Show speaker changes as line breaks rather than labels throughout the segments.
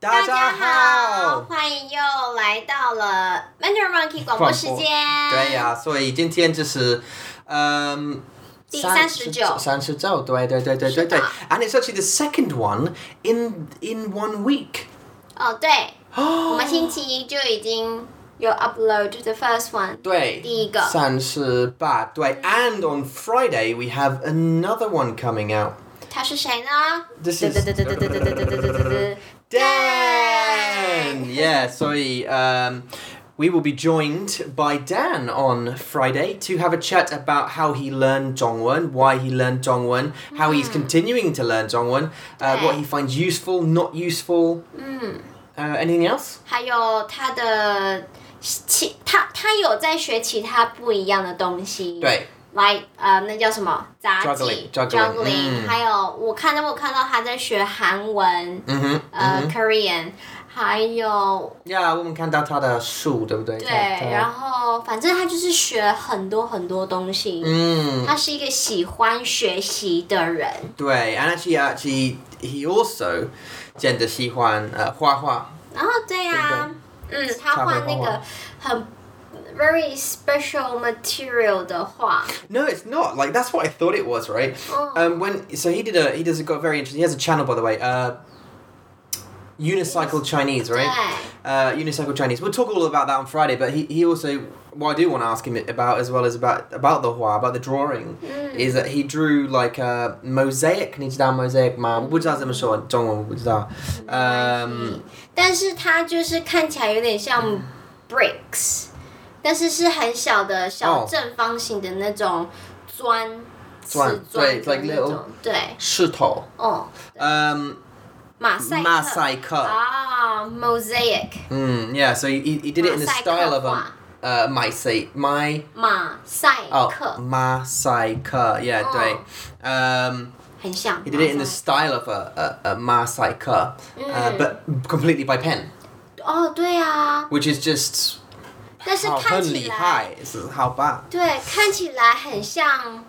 大
家
家
好，
好。
欢迎又来到了 Mandarin Monkey 广播时间。
对呀、所以今天就是，嗯。
第39
三十九，对对对对对
是的
对，and it's actually the second one in in one week。
哦，对，我们星期一就已经有 upload the first one。
对，
第一个
三十八，对，and on Friday we have another one coming out。
他是谁呢？
This
对
is
对对对对对对对对对对
Dan. Yeah, sorry. Um, we will be joined by Dan on Friday to have a chat about how he learned Dongwon, why he learned Dongwon, how he's continuing to learn Dongwon, uh, what
Okay.
he finds useful, not useful.
嗯，
Uh, anything else?
还有他的其他他有在学其他不一样的东西。。
对，
来，呃，那叫什么？杂技
Juggling，juggling，嗯
还有我看到我看到他在学韩文，
嗯哼，
呃、k o r e a n 还有
嗯哼。Yeah，我们看到他的书，对不对？
对，然后反正他就是学很多很多东西。
嗯 Mm,
他是一个喜欢学习的人，
嗯，对，and actually, actually, he also uh, 真的喜欢呃画画。
然后对呀、嗯，他
他会
画那
画画
个很 very special material 的画，
No, it's not. Like that's what I thought it was, right?
Oh.
Um, when so he did a he does a got very interesting. He has a channel by the way. Uh, unicycle Chinese,
对
right? Uh, unicycle Chinese. We'll talk all about that on Friday. But he, he also what I do want to ask him about as well as about about the Hua about the drawing
Hmm. 嗯
is that he drew like a mosaic. 你知道 mosaic 吗？我不知道怎么说中文，我不知道。Um,
但是它就是看起来有点像
嗯
bricks，、但是是很小的小
哦
正方形的那种砖，
砖
瓷砖
对
的
，like
那
little-
种，对，
石头。
哦，
Um,
马赛克
马赛克。
Ah. 啊，mosaic
Mm, yeah, so he, he he did it in the
马赛克
style of um,
画
uh, my say my
马赛
oh
克，
Masaika, yeah,
Oh.
do. Um,
很像。
he did it in the
马赛
style of a a, a Masaika, uh,
Mm.
but completely by pen,
哦，对啊，
which is just
但是
how
看起
Hunley
来，
high. This is how bad.
对，看起来很像，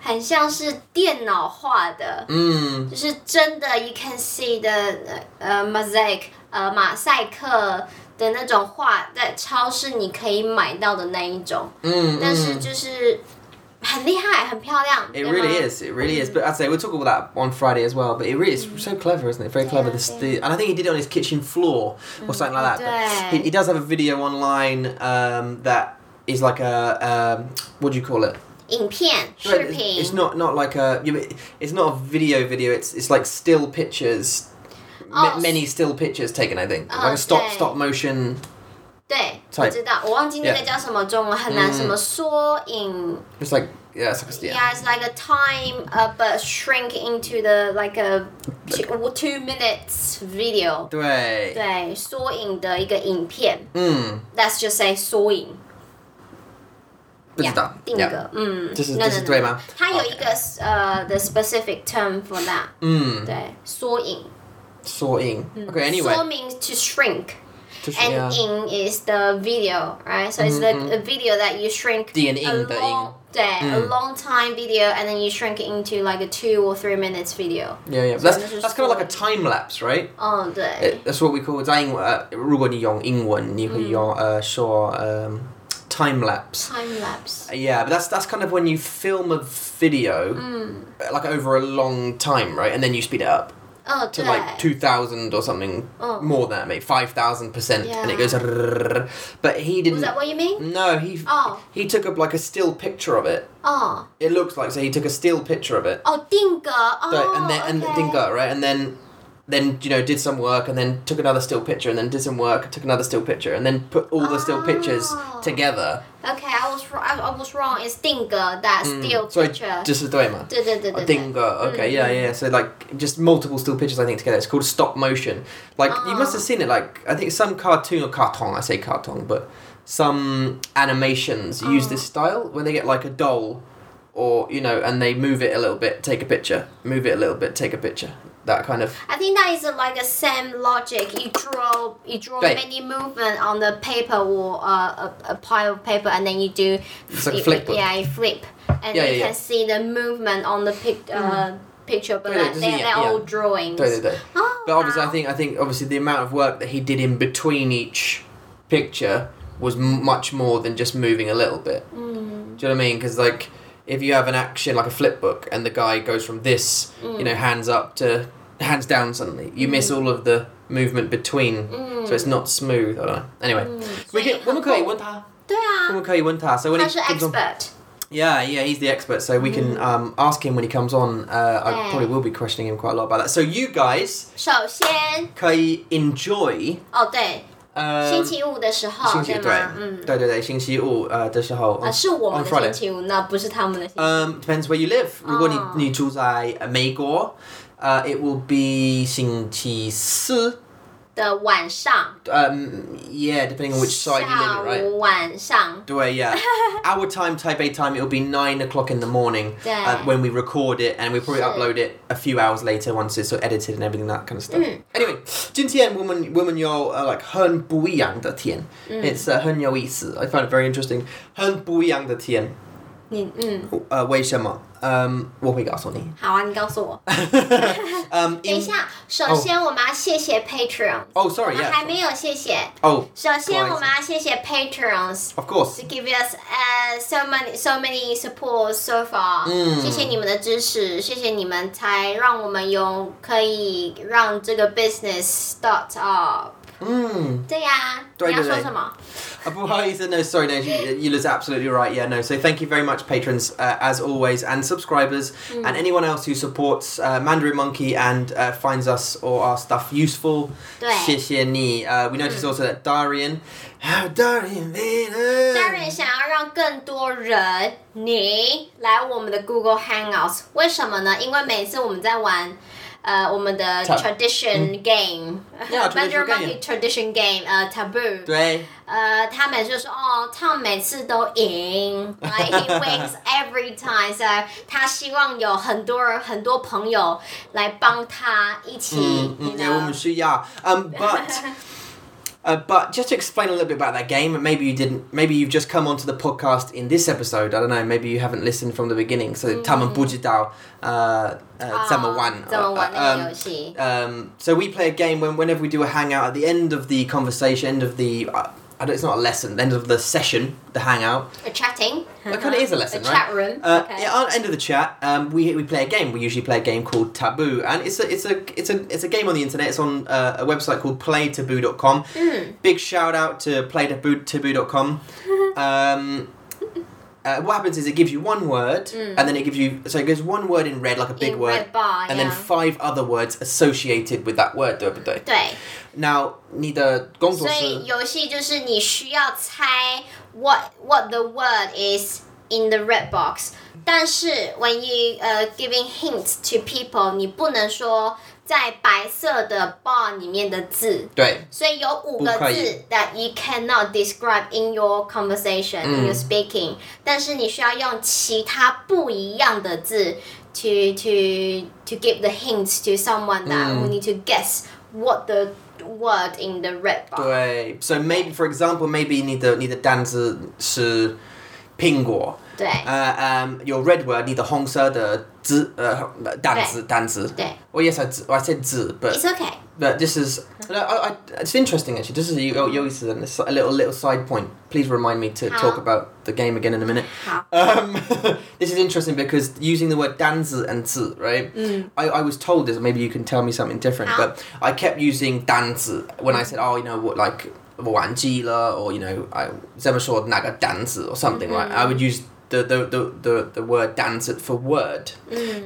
很像是电脑画的。
Mm,
就是真的，you can see 的呃呃 mosaic 呃马赛克的那种画，在超市你可以买到的那一种，
mm,
但是
mm.
就是很厉害，很漂亮。
It
对吗
really is. It really is. But I'd say we'll talk about that on Friday as well. But it really is so clever, isn't it? Very clever.
Yeah,
this,
Mm. yeah. Mm,
the, and I think he did it on his kitchen floor or something like that. But
Okay.
he, he does have a video online um, that is like a um, what do you call it?
影片视
Right, it's-
频
It's not not like a you know, it's not a video video. It's it's like still pictures, ma-
Oh,
many still pictures taken. I think
Oh,
like a stop
okay.
stop motion.
对，
type
我知道，我忘记那个
Yeah
叫什么中文，很难，
嗯
什么缩影
It's like yeah, it's like, yeah.
，yeah，it's like a time uh but shrink into the like a two two minutes video，
对，
对，缩影的一个影片
嗯，
，let's just say 缩影。
不知道，
定
yeah.
格，嗯，
这是
no, no,
这是
no,
对吗
no？它有一个呃，the specific term for that，
嗯，
对，缩影。
Hmm. sorting. Okay,
缩
anyway,
名 to shrink
just,
Hmm. and
yeah. Mm-hmm。
in is the video, right? So it's the a video that you shrink
的 and
a
in 的
long-
in
对，a
Mm.
long time video and then you shrink it into like a two or three minutes video。Oh,
yeah, yeah.
So this
That's
is
that's kind of like a
sorting.
time lapse, right?
嗯，对
It,，that's what we call uh,
Hmm.
在英文。呃，如果你用英文，你会用呃说嗯 time lapse。
time lapse。
um, Yeah, but that's that's kind of when you film a
Mm.
video uh, like over a long time, right? And then you speed it up
嗯，
to
对，
like two thousand or something
Oh.
more than that, maybe five thousand percent, and it goes. But he
Was
didn't.
that what you mean？
No, he
Oh.
he took up like a still picture of it.
哦
It looks like so he took a still picture of it.
哦，定格哦
So, and then and
OK
then go right, and then then you know did some work, and then took another still picture, and then did some work, took another still picture, and then put all the still pictures
Oh.
together. Mm.
Okay, I was wrong. I I was wrong. It's 定格 that still
So I
picture.
just the way, man.
对对对
A
对对。
dingo. uh, Okay, yeah, yeah. So like just multiple still pictures I think together. It's called stop motion. Like you must have seen it. Like I think some cartoon or carton. I say carton, but some animations use this style when they get like a doll, or you know, and they move it a little bit, take a picture, move it a little bit, take a picture. That kind of
I think that is uh, like the same logic. You draw, you draw
对
many movement on the paper or uh, a, a pile of paper, and then you do.
It's like a
you-
flip book.
Yeah, you flip, and
Yeah, Mm.
you
yeah,
can see the movement on the pic. Uh, picture, but
对，就
like
是
they
演
they're all
演
drawings. Ah.
对对对。
哦，
But obviously, I
好
think I think obviously the amount of work that he did in between each picture was m- much more than just moving a little bit.
嗯
Do you know what I mean? Because like, if you have an action like a flip book and the guy goes from this, you know,
Mm.
hands up to hands down suddenly, you miss all of the movement between,
嗯
so it's not smooth. I don't know. Anyway,
嗯，所
we
以
can
很
我们可以问他，
对啊，
我们可以问他。So when he
他是
comes on,
expert，Mm.
yeah, yeah, he's the expert. So we can um, ask him when he comes on. Uh, I
Yeah.
probably will be questioning him quite a lot about that. So you guys
首先
can enjoy.
哦对，
Um,
星期五的时候对吗？嗯，
uh, 星期对，对对对，星期五呃的时候。
啊是我们
on
的
Friday
星期五，那不是他们的星期五。
Um, depends where you live.
哦。
如果你你住在美国，uh, it will be 星期四。
的晚上，
Um, yeah, depending on which side you live,
下
in, right?
午晚上，
对, yeah. Our time, Taipei time, it'll be nine o'clock in the morning
对
uh, when we record it, and we probably
是。
upload it a few hours later once it's sort of edited and everything that kind of stuff.
嗯
Anyway, 今天我们我们有呃、uh, like 很不一样的天、It's uh, 很有意思。I found it very interesting. 很不一样的天。
你嗯，
呃，为什么？嗯，我会告诉你。
好啊，你告诉我。
嗯，
等
因
一下，首先我们要谢谢 Patreon，
哦
我们还
，sorry，yeah，
没有谢谢。
哦
首先我们要谢谢 Patreons。
Oh, ，of course，
To give us uh so many so many support so far，、
嗯
谢谢你们的支持，谢谢你们才让我们有可以让这个 business start up。
嗯，
对呀、
对
你要
对对
说什么？
啊不好意思，no sorry，no you you was absolutely right yeah no so thank you very much patrons uh, as always and subscribers and anyone else who supports uh, Mandarin Monkey and uh, finds us or our stuff useful
对
谢谢你 uh, we noticed also that Darian how Darian
当然
Darian
想要让更多人你来我们的 Google Hangouts，为什么呢？因为每次我们在玩。呃，我们的
Ta- 嗯
tradition game，
Yeah，traditional
Monkey tradition game，呃，taboo，
对
呃，他每次就说哦，Tom 每次都赢，like he wins every time，所以他希望有很多人、很多朋友来帮他一起，
Mm,
你
yeah,
呢
woman？shoot, yeah. Um, but. Uh, but just to explain a little bit about that game, and maybe you didn't, maybe you've just come onto the podcast in this episode. I don't know. Maybe you haven't listened from the beginning. So, 他们不知道, uh, uh,
Ah,
怎么玩,
啊怎么玩
uh,
那
um,
个游戏？
um, so we play a game when whenever we do a hangout at the end of the conversation, end of the, uh, I don't, it's not a lesson, the end of the session, the hangout.
A chatting，Uh-huh.
That kind of is a lesson,
A
right?
chat room，
Uh,
okay
yeah, at the end of the chat, um, we, we play a game. We usually play a game called Taboo, and it's a it's a it's a it's a game on the internet. It's on uh, a website called PlayTaboo.com.
Hmm.
Big shout out to PlayTaboo.com. um, uh, what happens is it gives you one word, and then it gives you so it gives one word in red, like a big
Hmm. In
word,
red bar,
and then
yeah.
five other words associated with that word. 对不对？
对，
Now, 你的工作
所以游戏就是你需要猜 what what the word is in the red box，但是 when you 呃、giving hints to people，你不能说在白色的 bar 里面的字。所以有五个
不可以
字 that you cannot describe in your conversation、in your speaking，但是你需要用其他不一样的字 to to to give the hints to someone that、will need to guess what the word in the red box。
对对，So maybe for example, maybe 你的你的单词是苹果。
对，
Uh, um, your red word, 你的红色的字，呃，单词，单词。
对。
Well, yes, I, d- I said 字
it's
but
okay。
but this is no, I, I, it's interesting actually. This is you, you always said this, a little little side point. Please remind me to talk
How?
about the game again in a minute.
好，
Um, this is interesting because using the word danzi and zi, right? I, I was told this, maybe you can tell me something different,
How?
but I kept using danzi when I said, oh, you know, what, like, wanjila, or, you know, I zemashord naga danzi, or something, right? I would use the, the, the, the, the word danzi for word.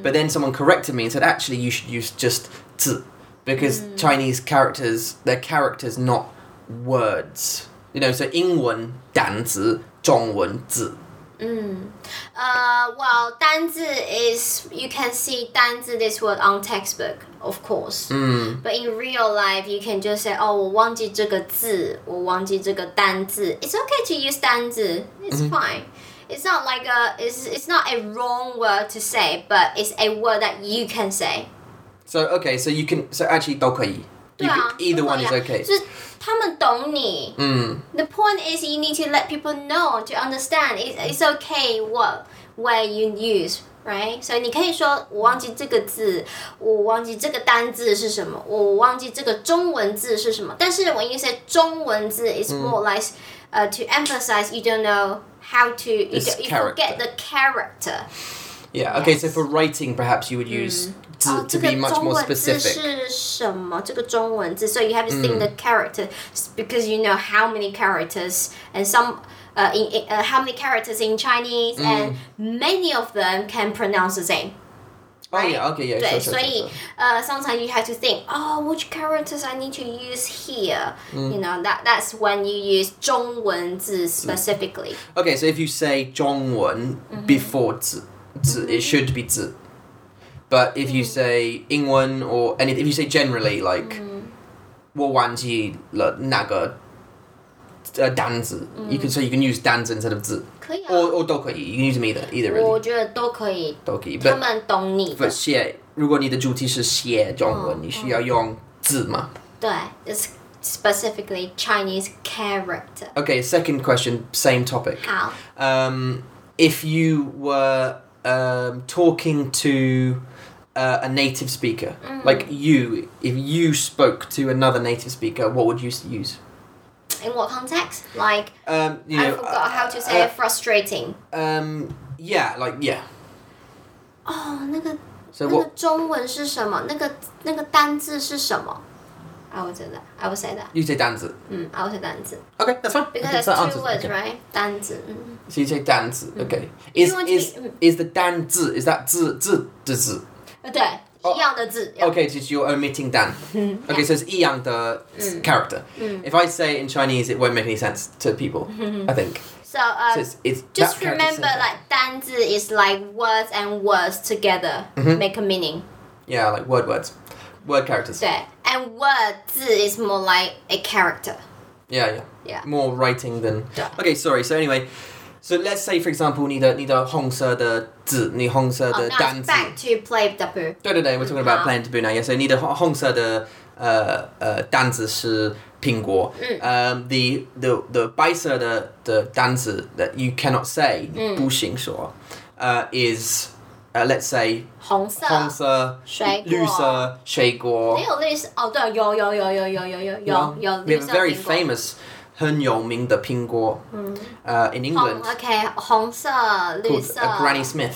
But then someone corrected me and said, actually, you should use just zi, because Chinese characters, they're characters, not words. You know, so 英文 danzi, 中文字.
呃、well，单字 is you can see 单字 this word on textbook of course。
Mm.
But in real life, you can just say, "Oh, 我忘记这个字，我忘记这个单字." It's okay to use 单字. It's fine. It's not like a it's it's not a wrong word to say, but it's a word that you can say.
So okay, so you can so actually 都可以. You
对
can,
啊
either
都可
one
以
is
啊
okay.
就是他们懂你。
Mm.
The point is, you need to let people know to understand. It's it's okay what where you use right？所以你可以说我忘记这个字，我忘记这个单字是什么，我忘记这个中文字是什么。但是 when you say 中文字，it's more like、呃 to emphasize you don't know how to you
It's
don't, you forget
character.
the character。
Yeah. Okay. So
Yes. Hmm. Oh,
for writing, perhaps you would use to,
哦，
to
这
be
个
much
中
more
文字
specific. Mm.
是什么？这个中文字，so you have to think the character because you know how many characters and some. Uh, in, in- uh, how many characters in Chinese
Mm.
and many of them can pronounce the same.
Oh yeah. Okay. Yeah.
对，
Sure, sure,
所
sure,
以
sure.
呃，sometimes you have to think, oh, which characters I need to use here.
Hmm. Mm.
You know that that's when you use 中文字 specifically.
Okay. So if you say Zhongwen
Mm-hmm.
before zi, zi, it should be zi. But if
Mm-hmm.
you say Ingwen or anything, if you say generally like,
Mm.
我忘记了那个呃单字, uh, you
Mm.
can so you can use 单字 instead of 字.
可以啊，
Or or 都可以, you can use them either either
我
really.
觉得都可以，
都可以,
他
but
们懂你的
but 写，如果你的主题是写中文，你需要用字嘛。
对，it's specifically Chinese character.
Okay, second question, same topic.
好，
Um, if you were um, talking to uh, a native speaker, like you, if you spoke to another native speaker, what would you s- use?
in what context? Like
Um, you
I
know,
forgot how to
uh,
say frustrating.
uh, um, yeah, like yeah.
哦，Oh, 那个
So
那个
what
中文是什么？那个那个单字是什么？I would say that. I would say that.
you say danzu?
嗯，I would say 单字
Okay, that's fine.
because
Okay,
it's
that
two
answers-
words,
okay.
right? 单字，嗯，
So you say danzu. Okay. Is
You want to
is
be- mm.
is the danzu? Is that zi zi the zi?
呃 Uh, 对，Hmm, 一样的字。要
Oh, Okay, just you're omitting dan. okay, so it's iyang the s-
Mm.
character. If I say it in Chinese, it won't make any sense to people. I think.
So, uh,
So it's, it's
just
that character's same
remember,
thing.
like 单字 is like words and words together
Mm-hmm.
make a meaning.
yeah, like word words, word characters.
对，and word 字 is more like a character.
Yeah, yeah.
Yeah.
More writing than.
Yeah.
Okay, sorry. So anyway, so let's say for example, 你的你的红
哦，那 Oh, it's back
色的字，你红色的单字。对对对，we're
to play W。
talking about plant blue now. Yeah, so 你的红色的呃呃单字是苹果。Um, the the the 白色的的单字 that you cannot say 不行说 uh, is uh, let's say
红色，
红色、
水果。
绿色、水果。
没有绿色哦，对，有有有有有有有有
No.
有
We
绿
have
色
a very
苹果。
famous 很有名的苹果 uh, in
红
England
OK，红色、绿
called
色
a。Granny Smith.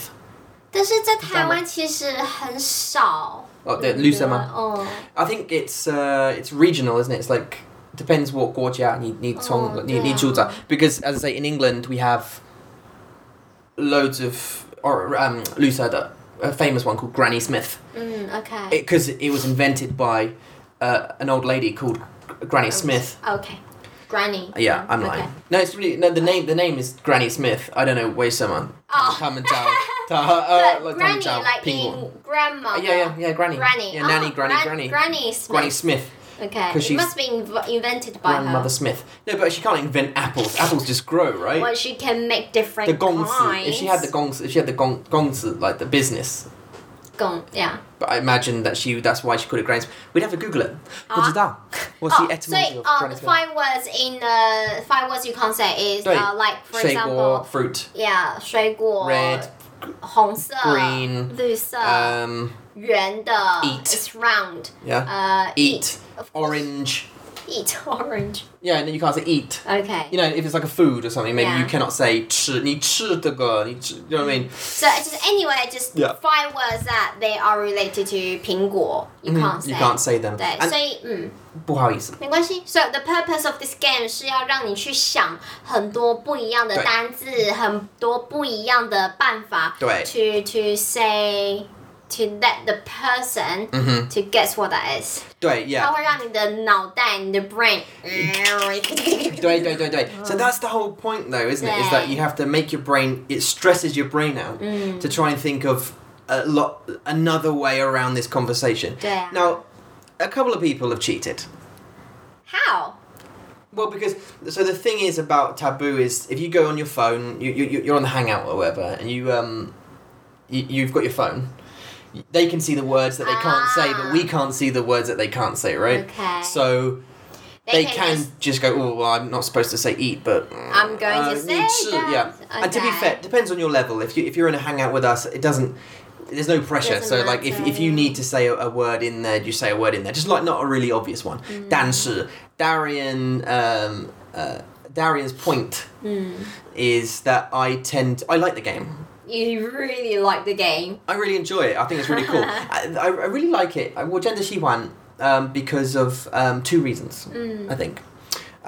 但是在台湾其实很少。
哦对绿色吗
嗯，
I think it's uh, it's regional, isn't it? It's like depends what 国
哦，对啊。
家你你从你你住在 because as I say in England we have loads of or um 绿色的 a famous one called Granny Smith
嗯，OK。
because it, was invented by uh, an old lady called
Oh,
Granny Smith Uh,
OK。Granny。
Yeah, I'm
OK
lying. No, it's really no. The name the name is Granny Smith. I don't know. Wait, someone.
Oh.
Tom and Joe. Ta- uh, like
But
Tom and
granny,
Joe.
like
Penguin. Uh,
in grandma.
yeah, yeah, yeah. Granny.
Granny.
Yeah, nanny,
Oh,
granny,
gran-
granny,
Granny Smith.
Granny Smith,
Okay.
'Cause
It
she's-
must be inv- invented by
grandmother
her.
Smith. No, but she can't invent apples. Apples just grow, right?
Well, she can make different
the gongzi.
kinds.
If she had the gongzi, if she had the gong gongzi, like the business.
gong, yeah.
But I imagine that she. That's why she called it Granny Smith. We'd have to Google it. What's
Ah.
What's the etymology
so,
of
uh,
Granny Smith?
five words in uh, five words you can't say is
对
uh, like for
水果
example
fruit.
yeah 水果
Red,
红色
green,
绿色
Um,
圆的
eat.
it's round
yeah.
uh
Eat.
of course.
Orange.
eat orange
Yeah, and then you can't say eat.
okay
you know, if it's like a food or something, maybe you
Yeah.
cannot say 吃,你吃这个,你吃, you know what I mean?
so it's just anyway just
Yeah.
five words that they are related to 苹果 you can't
Mm-hmm.
say mm.
You can't say them. And
对，所以嗯。
不好意思,
没关系。So the purpose of this game 是要让你去想很多不一样的
对
单字，很多不一样的办法。
对
To to say to let the person、to guess what that is，、
Mm-hmm.
它
对，yeah.
会让你的脑袋，你的 brain。
对对对对 So that's the whole point though, isn't it? Is that you have to make your brain, it stresses your brain out to try and think of a lot, another way around this conversation.
对啊。
Now, a couple of people have cheated.
How？
Well, because so the thing is about taboo is if you go on your phone, you, you you- you're on the Hangout or whatever, and you um, you, you've got your phone. They can see the words that they can't say, but we
Ah.
can't see the words that they can't say, right?
Okay.
So they
can
can
just-
just go, oh, well, I'm not supposed to say eat, but mm,
I'm going to
uh,
say
need to-"
that.
Yeah, and to be
Okay.
fair, it depends on your level. If you if you're in a hangout with us, it doesn't. There's no pressure.
Doesn't
so like, if,
matter,
if you
yeah.
need to say a, a word in there, you say a word in there. Just like not a really obvious one.
Mm.
Danshi, Darian, um, uh, Darian's point is that I tend I like the game.
you really like the game.
I really enjoy it. I think it's really cool. I, I I really like it. I will gender she one um, because of um, two reasons. I think.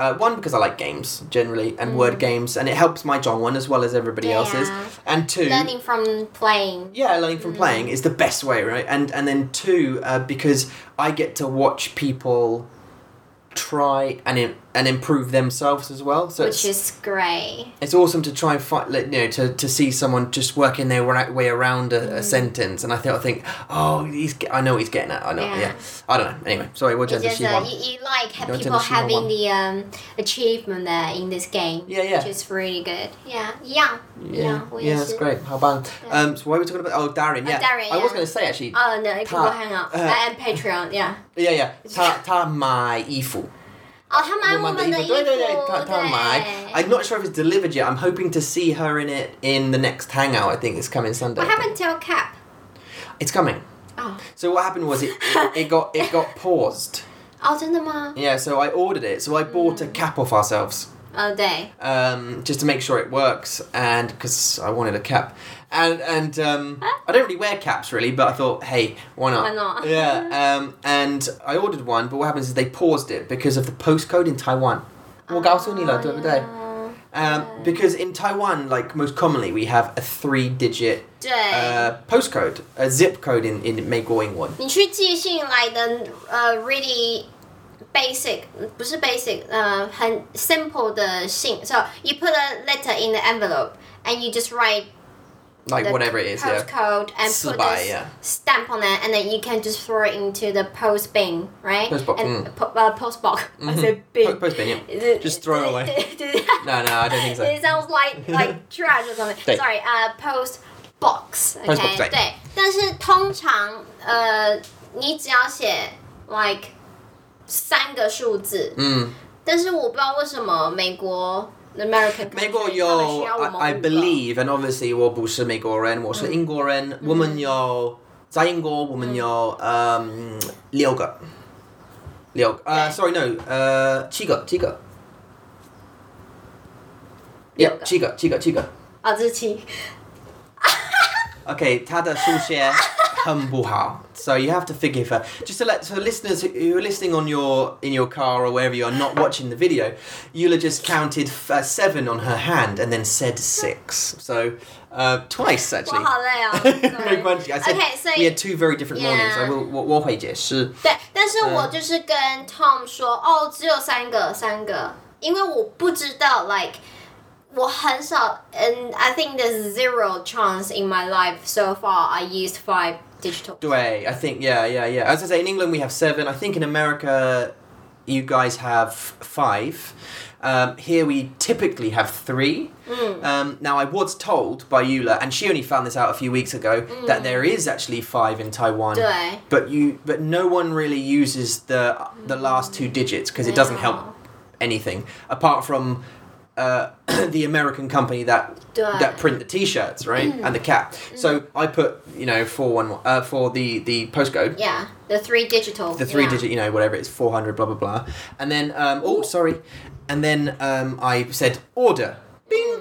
Uh, one because I like games generally and word games, and it helps my John one as well as everybody
Mm. Yeah.
else's. And two,
Learning Mm. from playing.
yeah, learning from playing is the best way, right? And and then two, uh, because I get to watch people try and im- and improve themselves as well. So
Which
it's-
is great.
it's awesome to try and find, like, you know, to, to see someone just working their ra- way around a,
Mm.
a sentence, and I think I think, oh, he's, ge- I know what he's getting at, I know, yeah,
Yeah.
I don't know. Anyway, sorry, what
It's
gender
just
she
uh,
one?
you, you like ha-
You're into
people
the Shima
having
one.
the um, achievement there in this game.
Yeah, yeah.
Which is really good. Yeah, yeah,
Yeah,
we
yeah, that's
should-
great. How about
Yeah.
um? So why were we talking about? Oh, Darren,
Oh,
yeah,
Darren,
I was
yeah.
going to say actually,
Oh no, Google
Ta-
Hangout
uh,
uh, and Patreon. Yeah.
yeah, yeah, ta ta mai ifu.
Oh, 哦，他买我们的衣服，
对对对，ta- ta mai. I'm not sure if it's delivered yet. I'm hoping to see her in it in the next hangout. I think it's coming Sunday.
What happened to your cap?
It's coming. So what happened was it it, it got it got paused.
Oh, 哦，哦，真的吗？哦，对，
Yeah, so I ordered it. So I bought a
Hmm.
cap off ourselves
Oh,
um, just to make sure it works, and because I wanted a cap. And and um, I don't really wear caps really, but I thought, hey, why not?
Why not?
Yeah. Um, and I ordered one, but what happens is they paused it because of the postcode in Taiwan.
Ah, Oh,
我告诉你了，对不对？Um, because in Taiwan, like most commonly, we have a three-digit
对。
uh, postcode, a zip code in in 美国英文.
你去寄信来的呃、uh, really basic，不是 basic，呃、uh,，很 simple 的信。So you put a letter in the envelope and you just write
Like
the
whatever it is, yeah.
postcode and put
Sibai,
the s-
yeah.
stamp on it, and then you can just throw it into the post bin, right?
Post box,
And
mm. Mm-hmm.
po- uh, post box. I said
Po-
bin.
post bin, yeah.
Is it-
Just throw it away. No, no, I don't think so.
It sounds like like trash or something.
对。
Sorry, uh, post box. Okay.
Post box, 对。
对，但是通常呃，你只要写 like 三个数字，
Mm.
但是我不知道为什么美国 American
美国
country，
有
他们需要我们
I I
五个。
believe and obviously 我不是美国人，我是英国人。我们有在英国，我们有嗯六个，六个呃 Uh,
对
，sorry no uh, 呃七个七个，
六
Yeah，
个
七个七个七个。
啊，这是 七。
Okay, 他的数学很不好 so you have to forgive her. Just to let so listeners who- who are listening on your in your car or wherever you are not watching the video, Eula just counted uh, seven on her hand and then said six. So uh, twice
我
actually.
好累哦。
没
sorry
关系，I said
Okay, so-
we had two very different mornings. I
Yeah.
will 我我会解释。
对，但是我就是跟 Tom 说，哦，只有三个，三个，因为我不知道，like 我很少，and I think there's zero chance in my life so far I used five digital。
对，I think yeah yeah yeah. As I say, in England we have seven. I think in America, you guys have five. Um, here we typically have three. Um, now I was told by Eula, and she only found this out a few weeks ago, that there is actually five in Taiwan.
对，
But you, but no one really uses the the last two digits because it doesn't help anything apart from uh, the American company that
Duh.
that print the T-shirts, right, and the cap. So I put you know four one uh, for the the postcode,
Yeah，the three digital。
the three digit, you know, whatever it's four hundred, blah blah blah, and then um, oh sorry, and then um, I said order. Bing.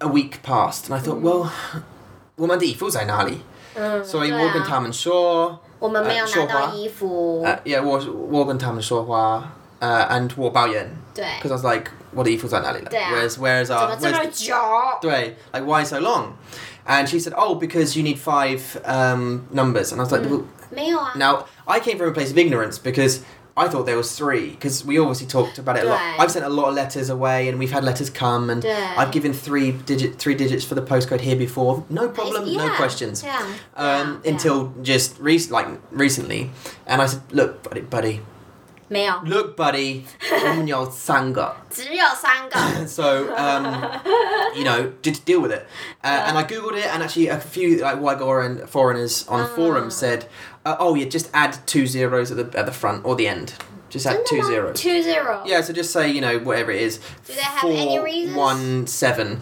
A week passed, and I thought, well, 我们的衣服在哪里？
嗯，
So
对
I
啊
walked in time and saw.
我们没有
呃绣
拿
花
到衣服。
Uh, yeah, 我我跟他们说话，呃、uh, and 我抱怨，
对
because I was like, what are you that like?
对啊。
Where's where's
怎么
our
这么
where's the,
久？
uh, 对 like why so long? And she said, oh, because you need five um, numbers, and I was
Mm.
like, well,
没有啊。
now I came from a place of ignorance because. I thought there was three because we obviously talked about it a lot.
Right.
I've sent a lot of letters away, and we've had letters come, and
Right.
I've given three digit three digits for the postcode here before. No problem,
It's-
no
yeah,
questions
Yeah.
um,
yeah, yeah.
until just re- like recently, and I said, "Look, buddy, buddy,
没有，
look, buddy, I'm your sanga."
只有三 个。
So um, you know, did deal with it. Uh, And I googled it, and actually, a few like white foreign
Ah.
foreigners on forums said, uh, "Oh, yeah, just add two zeros at the at the front or the end." Just add two zeros.
Two zero.
Yeah, so just say, you know, whatever it is.
Do they have any reasons?
One seven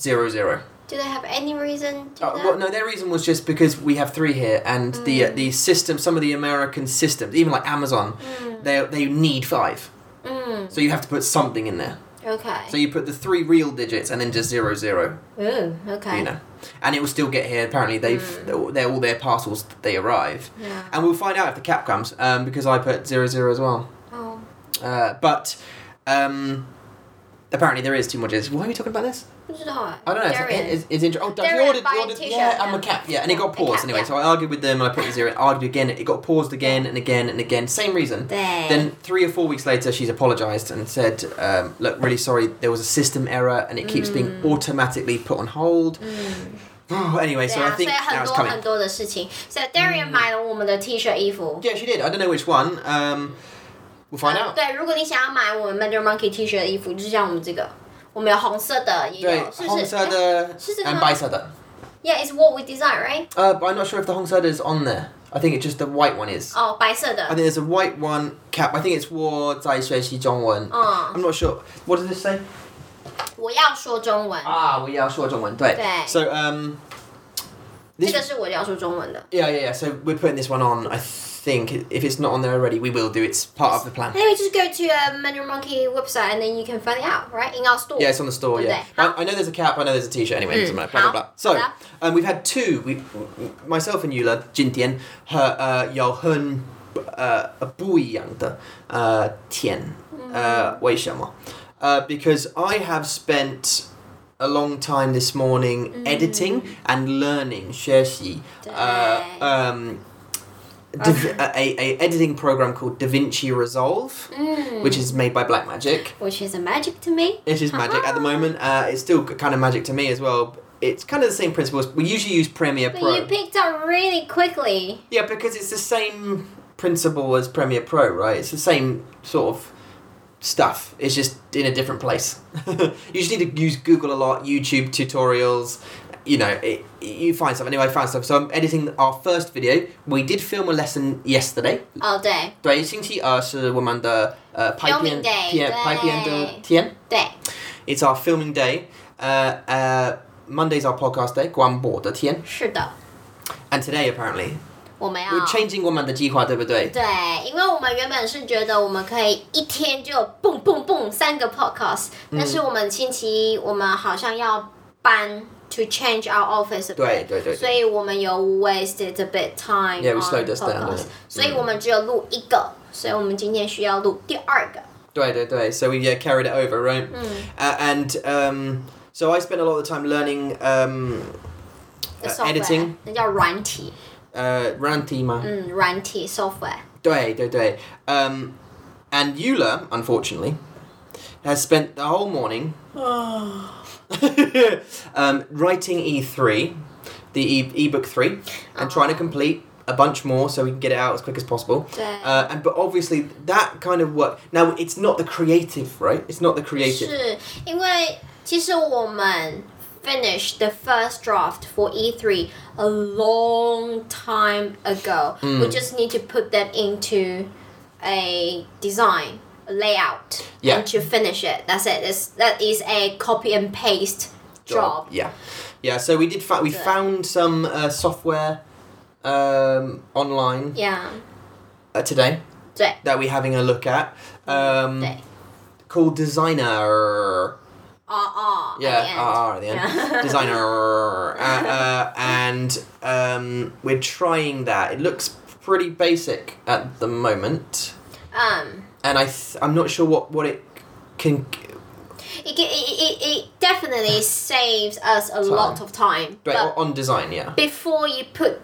zero zero.
Do they have any reason to
Uh,
that?
well, no, their reason was just because we have three here, and the uh, the system, some of the American systems, even like Amazon, they they need five.
Mm,
So you have to put something in there.
okay.
So you put the three real digits and then just zero zero.
Ooh, okay.
You know, and it will still get here. Apparently, they've they're all their parcels. They arrive,
Yeah.
and we'll find out if the cap comes um, because I put zero zero as well.
Oh.
Uh, but um, apparently, there is two more digits. Why are we talking about this? I don't know. It's,
Darian.
it's, it's interesting. Oh, Dutch, you
Darian
ordered,
buying
you ordered
t-shirt,
yeah, I'm
yeah.
a cap. Yeah, and it
Yeah,
got
a
paused
cap,
anyway. So
yeah.
I argued with them and I put the zero. Argued again. It got paused again and again and again. Same reason.
Dang.
Then three or four weeks later, she's apologised and said, um, "Look, really sorry. There was a system error and it keeps
Mm.
being automatically put on hold." Oh, anyway, so I
对啊，所以
think now
很
it's
多
coming. Mm.
很多的事情。所以 Darian 买了我们的 T 恤衣服。
Yeah, she did. I don't know which one. Um, we'll find
嗯
out.
对，如果你想要买我们 Magic Monkey T 恤的衣服，就像我们这个，我们有红色的，也有，是不是哎
Hongsada
是这个
and
吗？
Baisada.
Yeah, it's what we design, right?
Uh, but I'm not sure if the Hongsada is on there. I think it's just the white one is.
哦，白色
I
的。
think Uh, there's a white one cap. I think it's 我在学习中文.
Oh.
I'm not sure. What does this say?
我要说中文，
Ah, 我要说中文.对.
对。
So um,
这
this,
个是我要说中文的。
yeah, yeah, yeah. So we're putting this one on. I think if it's not on there already, we will do. It's part of the plan.
Anyway, just go to a Magic Monkey website and then you can find it out, right? In our store.
Yeah, it's on the store. Yeah,
Okay.
I, I know there's a cap. I know there's a T-shirt. Anyway, doesn't matter. Blah blah blah.
How?
So,
Yeah.
um, we've had two. We, myself and Yula, Jintian, her, uh, Yao Hun, uh, 不一样的, uh, Tian, uh,
Mm.
为什么? Uh, because I have spent a long time this morning
Mm.
editing and learning 学习, uh,
对。
um, Div- a, a, a editing program called DaVinci Resolve,
Mm.
which is made by Blackmagic.
Which is a magic to me.
It is magic at the moment. Uh, it's still kind of magic to me as well. It's kind of the same principles. We usually use Premiere
But
Pro.
you picked up really quickly.
yeah, because it's the same principle as Premiere Pro, right? It's the same sort of stuff. It's just in a different place. you just need to use Google a lot, YouTube tutorials. You know, it, you find stuff. Anyway, I found stuff. So I'm editing our first video. We did film a lesson yesterday.
哦，对
Uh, 对，星期二是我们的呃拍片
Filming day，对。
拍片的天。
对，
It's our filming day. Uh, uh, Monday's our podcast day, Guanbo the Tian.
是的，
And today, apparently,
我们要
we're changing 我们的计划，对不对？
对，因为我们原本是觉得我们可以一天就蹦蹦蹦三个 podcast，、但
嗯
是我们星期一我们好像要搬 to change our office，a bit，
对对对对
所以我们有 wasted a bit time
Yeah, we
on
slowed us down, Mm.
podcast，
yeah.
所以我们只有录一个，所以我们今天需要录第二个。
对对对，so we yeah, carried it over, right? Uh, and um, so I spent a lot of time learning um,
The
Uh,
software,
editing
那叫软体，
uh, 软体吗？
嗯，软体 software，
对对对，um, and Eula, unfortunately, has spent the whole morning um, writing E3, the e- ebook 3, and
Oh.
trying to complete a bunch more so we can get it out as quick as possible.
对
Uh, and but obviously that kind of work. Now it's not the creative, right? It's not the creative.
是因为其实我们 finished the first draft for E3 a long time ago. We just need to put that into a design a layout
Yeah.
and to finish it. That's it. It's, that is a copy and paste job.
Yeah, yeah. So we did. Fa- we
Good.
found some uh, software um, online
Yeah.
uh, today
对
that we're having a look at. Um,
对
called designer.
哦哦
Yeah,
at
RR at the end.
Yeah.
designer. Uh, uh, and um, we're trying that. It looks pretty basic at the moment,
the end. Um.
and I th- I'm not sure what what it can.
It, it, it, it definitely saves us a lot of time.
But
but
on design, yeah.
before you put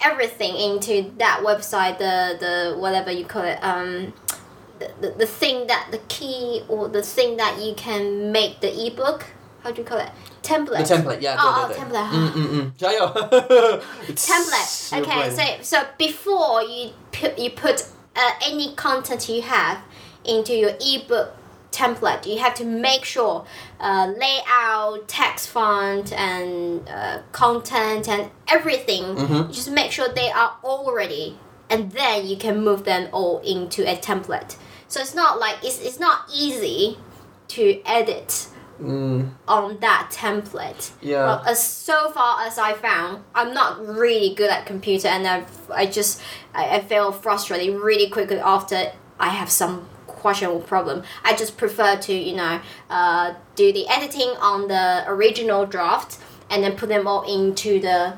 everything into that website the the whatever you call it um the, the, the thing that the key or the thing that you can make the ebook how do you call it template
The template, yeah,
oh,
the-
oh
the- the-
template
Mm-mm-mm.
template
template.
okay so so before you put you put uh, any content you have into your ebook template you have to make sure uh, layout text font
Mm-hmm.
and uh, content and everything just make sure they are already and then you can move them all into a template. So it's not like it's, it's not easy to edit
Mm,
on that template.
Yeah.
Well, uh, as so far as I found, I'm not really good at computer, and I I just I, I feel frustrated really quickly after I have some questionable problem. I just prefer to you know uh, do the editing on the original draft and then put them all into the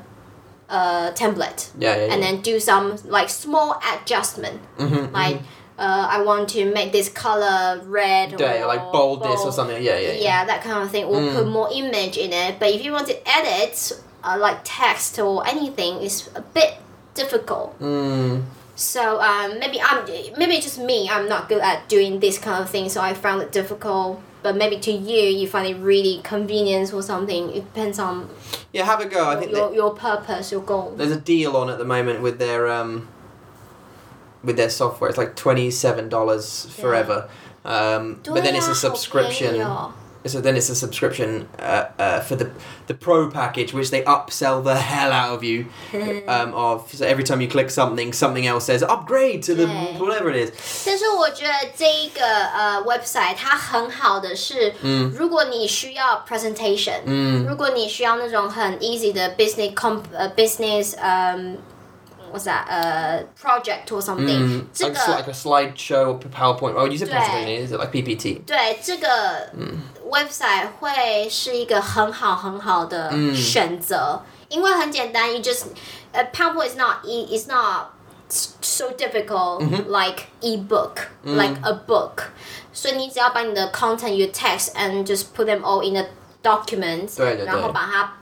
uh, template
yeah, yeah, yeah.
and then do some like small adjustment
Mhm,
like. Uh, I want to make this color red.
yeah, yeah,
or
like bold this or
bold
something. Yeah, yeah,
yeah,
yeah. Mm.
that kind of thing or put more image in it but if you want to edit uh, like text or anything it's a bit difficult
Mm,
so um, maybe i'm maybe it's just me i'm not good at doing this kind of thing so i found it difficult but maybe to you you find it really convenient or something it depends on
yeah, have a go. I think
your,
that-
your purpose your goal
there's a deal on at the moment with their um, with their software. It's like twenty seven dollars forever. Um, but then it's a subscription. So then it's a subscription uh, uh, for the the pro package, which they upsell the hell out of you. um, of so every time you click something, something else says upgrade to the
Yeah.
whatever it is.
但是我觉得这一个呃 website 它很好的是，
Mm,
如果你需要 presentation，、如
嗯
果你需要那种很 easy 的 business comp 呃 business 嗯、what's that 呃 project or something，、
Mm,
这
like, sli- like
个
a slideshow or PowerPoint. Oh, you said
Right.
PowerPoint, is it like PPT?
对这个 website 会是一个很好很好的选择，因为很简单，you just 呃 PowerPoint is not e is not so difficult
Mm-hmm.
like ebook
Mm.
like a book，所以你只要把你的 content your text and just put them all in a document，
对对对
然后把它。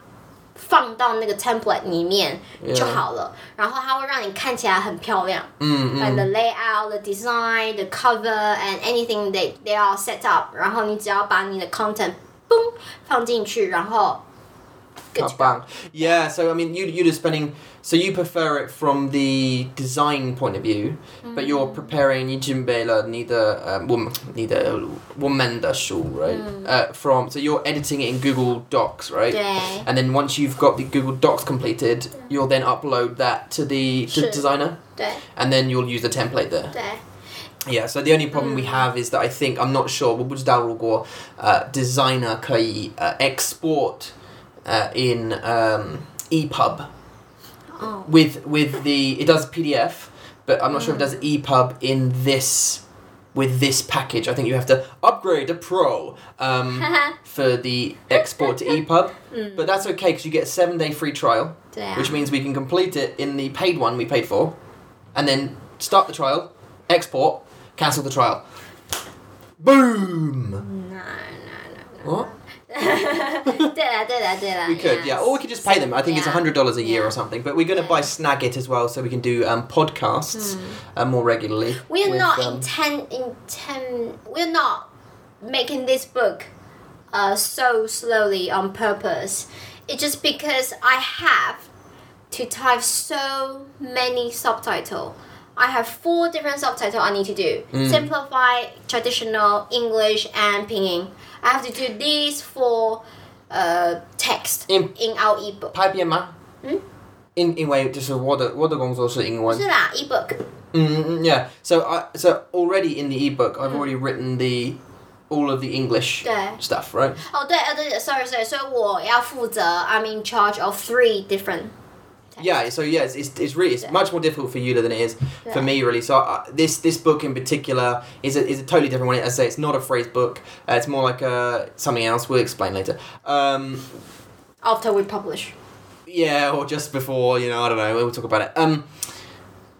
放到那个 template 里面就好了然后它会让你看起来很漂亮。like
Mm,
the layout, the design, the cover, and anything they they are set up. 然后你只要把你的 content 嘣放进去，然后 good
How bang. Yeah, so I mean, you, you're just spending. So you prefer it from the design point of view,
Mm.
but you're preparing Yijinbela, neither um, woman, neither woman right? Uh, from so you're editing it in Google Docs, right?
Mm. Yeah.
And then once you've got the Google Docs completed, you'll then upload that to the to the
Sure.
designer,
对
and then you'll use the template there.
对
Yeah, so the only problem we have is that I think I'm not sure 我不知道如果 uh, designer 可以 uh, export uh, in um, EPUB
哦
with with the it does PDF, but I'm not sure if it does E EPUB in this with this package. I think you have to upgrade to Pro um, for the export to E EPUB, but that's okay because you get a seven day free trial
对啊，
which means we can complete it in the paid one we paid for, and then start the trial, export, cancel the trial. Boom!
那那
What?
那， 对啦对啦对啦
We could, yeah. Or we could just pay them. I think it's
Yeah.
hundred dollars a year
Yeah.
or something. But we're gonna buy Snagit as well, so we can do um, podcasts uh, more regularly.
We are
with,
not
um,
intent intent. We are not making this book uh, so slowly on purpose. It's just because I have to type so many subtitle. I have four different subtitle I need to do: simplify, traditional English, and pinyin. I have to do these four uh, text
In-
in our ebook.
拍片吗？In,
Hmm?
in way, just
不是啦，ebook
Mm, yeah. So I so already in the ebook,
Hmm.
I've already written the all of the English
对。
stuff, right?
哦，Oh, 对，呃，对，sorry sorry，所以我要负责，I'm in charge of three different。
Yeah, so yeah, it's, it's, it's really it's
Yeah.
much more difficult for you than it is for
Yeah.
me really. So I, this this book in particular is a, is a totally different one. As I say, it's not a phrase book. Uh, it's more like a something else. We'll explain later. Um,
After we publish.
yeah, or just before you know, I don't know. We'll talk about it. Um,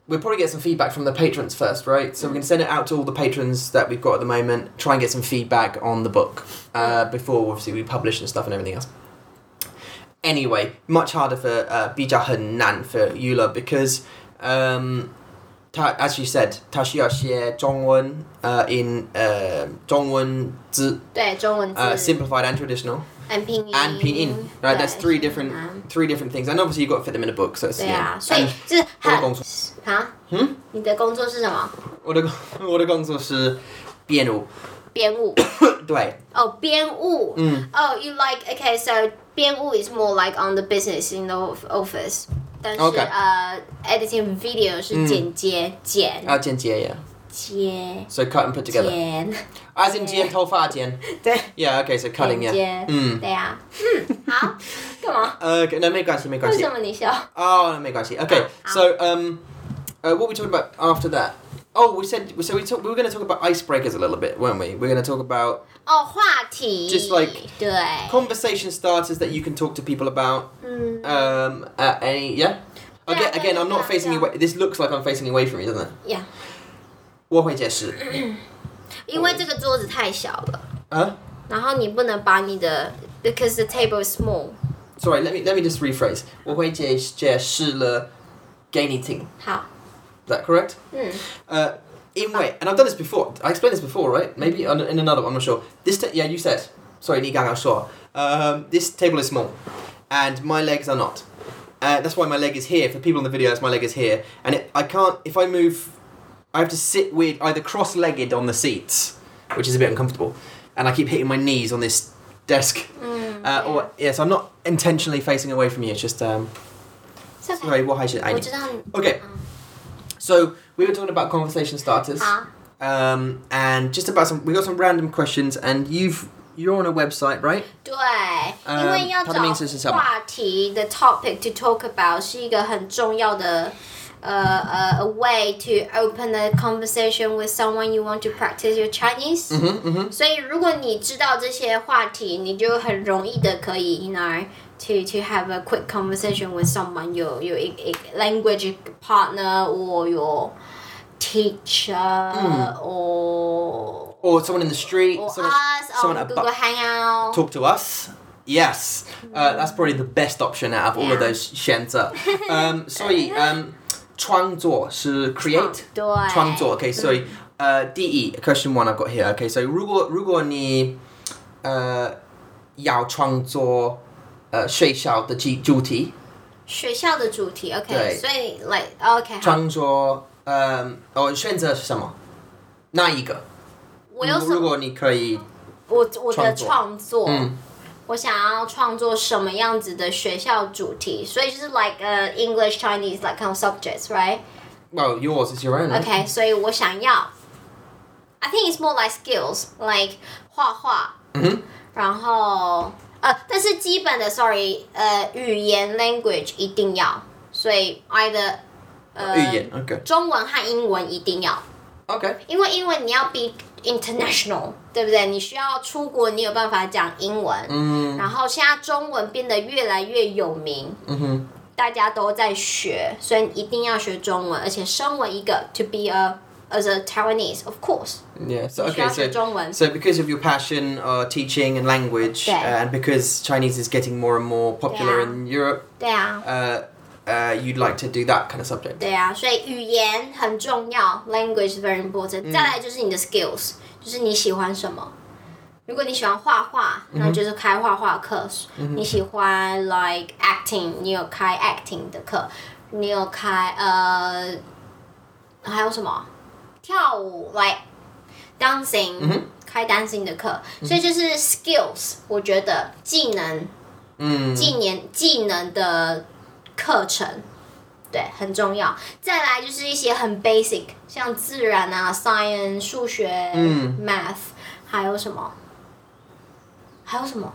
we'll probably get some feedback from the patrons first, right? So we can send it out to all the patrons that we've got at the moment. Try and get some feedback on the book uh, before obviously we publish and stuff and everything else. Anyway, much harder for uh, Bija Henan for Yula because. Um, 他 as you said，他需要写中文，呃、in uh, um, 呃、中文字，
对，中文字。
呃、simplified uh, and traditional。
and 拼音。
and pinyin. Right, that's
对
three
很难
different three different things, and obviously you've got to fit them in a book. So it's
对
yeah. hmm?
啊，所以就是
我的
很
工作
啊。
嗯。
你的工作是什么？
uh,
编舞。哦，编舞。
嗯。
Oh, you like okay? So 编舞 is more like on the business in the office. 但是
OK
呃，editing video 是剪接、剪
Ah, 剪接, yeah.
接
So cut and put together.
剪，
As in 剪头发剪.
对，
Yeah, okay, so cutting,
剪
yeah.
接，
Mm.
对呀、 嗯，好，干嘛？
Okay, no,
为
没关系，没关系。
什么你笑？
Oh, no, 没关系. Okay,
Ah,
so um, uh, what were we talking about after that? Oh, we said so. We talk, we were going to talk about icebreakers a little bit, weren't we? We are going to talk about
哦，话题
Just like-
对，
conversation starters that you can talk to people about.
嗯
Um, at any yeah.
Yeah,
Again,
yeah,
again, I'm not
yeah,
facing
yeah.
away. This looks like I'm facing away from you, doesn't it?
呀，
我会解释。
因为这个桌子太小了，
Huh?
然后你不能把你的，because the table is small。
Sorry, let me let me just rephrase. 我会解解释了给你听.
好，
Is that correct?
嗯
Uh, in way, and I've done this before. I explained this before, right? Maybe on, in another. one, I'm not sure. This ta- yeah, you said. Sorry, 你刚刚说. Um, this table is small, and my legs are not. Uh, that's why my leg is here. For people in the videos, my leg is here, and it, I can't. If I move, I have to sit weird, either cross-legged on the seats, which is a bit uncomfortable, and I keep hitting my knees on this desk.
嗯
Uh, or yes, I'm not intentionally facing away from you. It's just um,
it's okay
sorry, what I should
我
aim.
知道你。
Okay. So we were talking about conversation starters,
好，
um, and just about some. We got some random questions, and you've you're on a website, right?
对，
呃
因为要
它的名字是什
找
么
话题的 topic to talk about 是一个很重要的。呃呃、a way to open a conversation with someone you want to practice your Chinese、
Mm-hmm, mm-hmm.
所以如果你知道这些话题，你就很容易的可以，you know。To, to have a quick conversation with someone, your, your i- i- language partner or your teacher or,
Or someone in the street,
or
Hmm. someone,
us
someone
on
abo-
Google Hangout.
talk to us. Yes, uh, that's probably the best option out of all
Yeah.
of those. 选择. Um, sorry, um, 创作是 create.
哦对，
创作. Okay, so uh, DE question one I've got here. Okay, so 如果如果你 uh, 要创作 uh, 学校的主-主题,
学校的主题，OK，
对
所以 like OK，好
创作, um, 哦，选择是什么？那一个。
我有什么
如果你可以，
我我的
创作
创作，
嗯
我想要创作什么样子的学校主题，所以就是 like 呃、English Chinese like kind of subjects right
well, yours is your own. right?
OK，所以我想要，I think it's more like skills like 画画，
哼
然后呃，但是基本的 sorry 呃语言 language 一定要，所以 either 呃
语言, okay.
中文和英文一定要。
Okay.
因为英文你要 be international，对不对？你需要出国，你有办法讲英文。
嗯
然后现在中文变得越来越有名，
嗯哼，
大家都在学，所以一定要学中文，而且身为一个 to be a as a Taiwanese of course，
Yeah. So
需
okay.
要学
So
中文。
so because of your passion, uh, teaching and language, uh,
Yeah.
and because Chinese is getting more and more popular
Yeah.
in Europe,
对啊，
uh, uh, you'd like to do that kind of subject.
对啊，所以语言很重要，language is very important、再来就是你的 skills，就是你喜欢什么。如果你喜欢画画，那就是开画画课；你喜欢 like acting，你有开 acting 的课，你有开呃，还有什么跳舞 like dancing，、
哼
开 dancing 的课。所以就是 skills，我觉得技能、
Mm.
技能、技能的课程。对，很重要。再来就是一些很 basic，像自然啊、science、数学、
嗯
math，还有什么？还有什么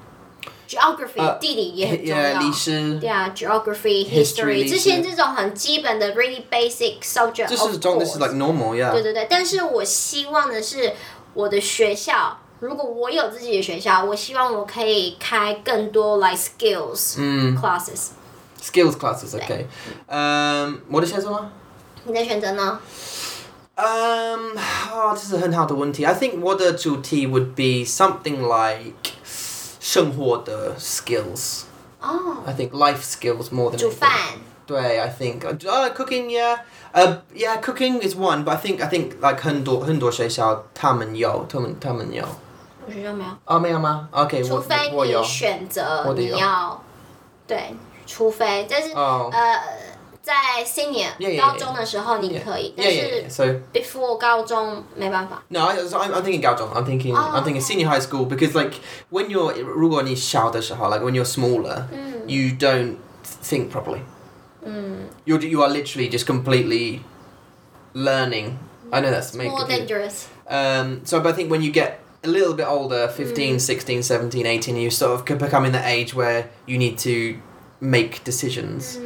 ？geography、
呃
地理也很重
Yeah,
要。
Lisa.
对啊，geography、
History，
history 这些
历史
这种很基本的 really basic subject。
This is John. This is like normal.
对
Yeah.
对对，但是我希望的是，我的学校，如果我有自己的学校，我希望我可以开更多 like skills、
Mm.
classes。
Skills classes. Okay. Um. What is Hezoma?
你的选择呢？
Um. Oh, this is a hard one. I think what the two T would be something like 生活的 skills.
哦、
I think life skills more than
煮
anything.
饭。
对，I think uh, cooking yeah, uh, yeah cooking is one, but I think I think like 很多很多学校他们有，他们他们有啊没有吗？OK，
我学
Oh,
校没有，除非
我
你
我有哦
选择
我的
你
有哦
要，对，除非，但是、
Oh.
呃，在 senior
Yeah, yeah,
高中的时候你
yeah.
可以
yeah, yeah, yeah.
但是
So
before 高中没办法。
no, I, so I'm, I'm thinking 高中 I'm thinking
Oh,
I'm thinking
okay.
senior high school because like when you're 如果你小的时候 like when you're smaller,
嗯
you don't think properly. You're you are literally just completely learning. I know that's maybe
more dangerous.
Um, so but I think when you get a little bit older, 15, 16, 17, 18, you sort of c- become in that age where you need to make decisions.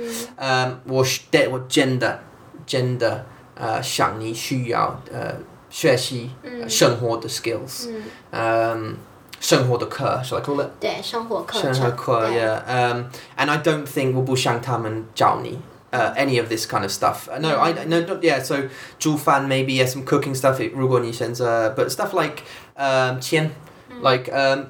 Um,
嗯
我的我真的-真的，呃，想你需要，呃，学习，生活的 skills. Um, 生活的课 shall I call it?
嗯对，生活课程。
生活课
对
yeah. Um, and I don't think 我不想他们教你 uh, any of this kind of stuff. Uh, No, I no, no yeah. So 煮饭 maybe yeah, some cooking stuff. It, 如果你选择 uh, but stuff like um 钱 like um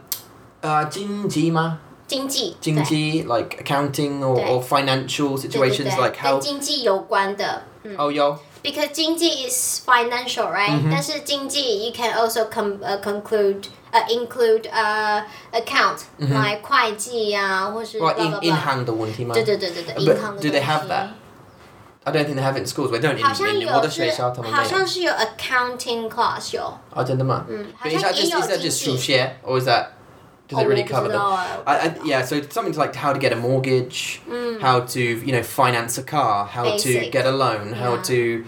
uh 经济吗?
经济，对
经济 like accounting or,
对。
or financial
对对
situations
对
like
跟
how
经济有关的。嗯
oh yo
Because 经济 is financial, right?
Mm-hmm.
但是经济 you can also com、uh, conclude uh, include uh account、like 会计啊，或是
Mm-hmm. well
blah,
in
blah, blah
银行的问题吗？
对对对对对，
But
银行的
do they have
东西
that? I don't think they have it in schools. They don't
好像
in
有是好像
我的学校他们没有。
是有 accounting class 有，
哦，真的吗？But is that just is that just 数学 or is that does
哦
it
我
really
不知
cover them?
道哎。
I, I, yeah, so it's something like how to get a mortgage,
Hmm.
how to you know finance a car, how to
Basic.
get a loan, how
Yeah.
to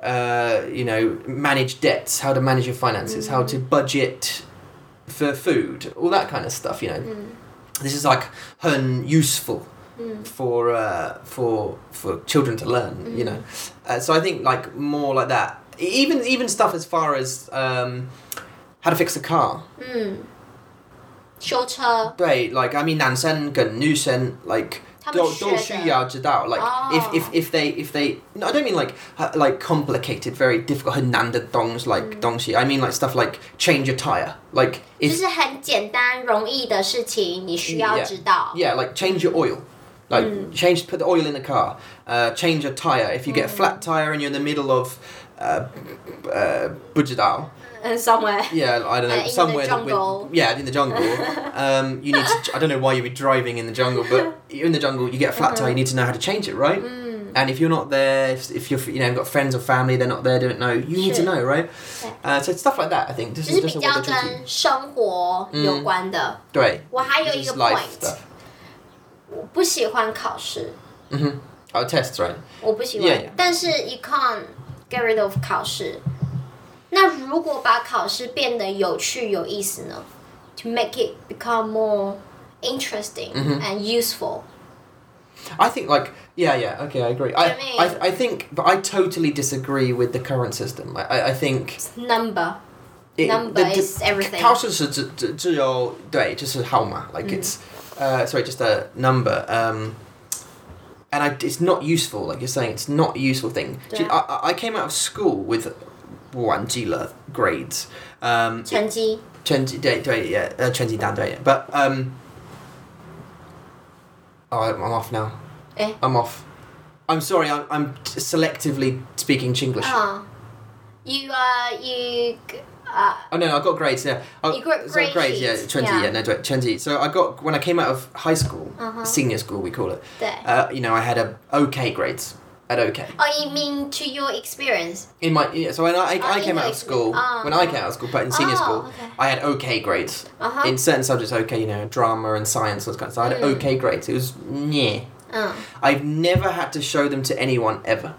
uh, you know manage debts, how to manage your finances, how
Hmm.
to budget for food, all that kind of stuff. You know, this is like很 useful for uh, for for children to learn. You know, uh, so I think like more like that. E- Even even stuff as far as um, how to fix a car.
嗯，修车
Right, like I mean, 男生跟女生 like
他们学
都
的。
都需要知道 like if if
Oh.
if they if they no, I don't mean like uh, like complicated, very difficult 很难的东西 like 东西. I mean like stuff like change a tire, like
就
if
是很简单容易的事情，你需要
Yeah.
知道。
yeah, like change your oil. Like
Hmm.
change, put the oil in the car. Uh, change a tire. If you get a
Hmm.
flat tire and you're in the middle of, uh, uh, Bujadal,
嗯，somewhere。
yeah, I don't know,
Uh, in the
somewhere That
jungle.
we, yeah, in the jungle. um, you need to. I don't know why you'd be driving in the jungle, but you're in the jungle. You get a flat
Uh-huh.
tire. You need to know how to change it, right?
Hmm.
And if you're not there, if, if you're you know got friends or family, they're not there, don't know. You need to
Sure.
know, right?
Yeah.
Uh, so it's stuff like that. I think.
就是
Just,
比
just
较
what they're teaching.
跟生活有关的。
Right.
我还有
This
一
is
个
嗯 life
point，
stuff.
我不喜欢考试，
Mm-hmm. Oh, tests, right?
我不喜欢。
Yeah, yeah.
但是 you can't get rid of 考试。那如果把考试变得有趣有意思呢？To make it become more interesting
Mm-hmm
and useful，
I think like yeah, yeah, okay, I agree. I,
Do you know what I mean?
I I think, but I totally disagree with the current system. Like, I I think
number
it,
Number
the- the-
is everything. Mm.
考试是只只只有对，就是号码 like it's uh sorry just a number um and I, it's not useful like you're saying it's not a useful thing. Do you-
Yeah.
I, I- I came out of school with one E grades um
成绩，
uh, 成绩对对也呃成绩单对 but um oh I'm I'm off now
哎
I'm off I'm sorry I'm I'm t- selectively speaking Chinglish
啊、y o u are you 啊、
Oh no, no, I got grades. Yeah, I,
You got
so
grade
grades. Yeah,
sheets,
twenty. Yeah,
yeah.
no, tw- twenty. So I got when I came out of high school,
Uh-huh.
senior school, we call it.
对。
Uh, you know, I had a okay grades at okay
Oh, you mean to your experience?
in my yeah, so when I,
Oh,
I
in
came
your
out of
ex-
school
ah.
when I came out of school, but in senior
Oh,
school,
okay.
I had okay grades
Uh huh.
in certain subjects. Okay, you know, drama and science, those kinds. So I had
Mm.
okay grades. It was yeah.
Uh,
I've never had to show them to anyone ever.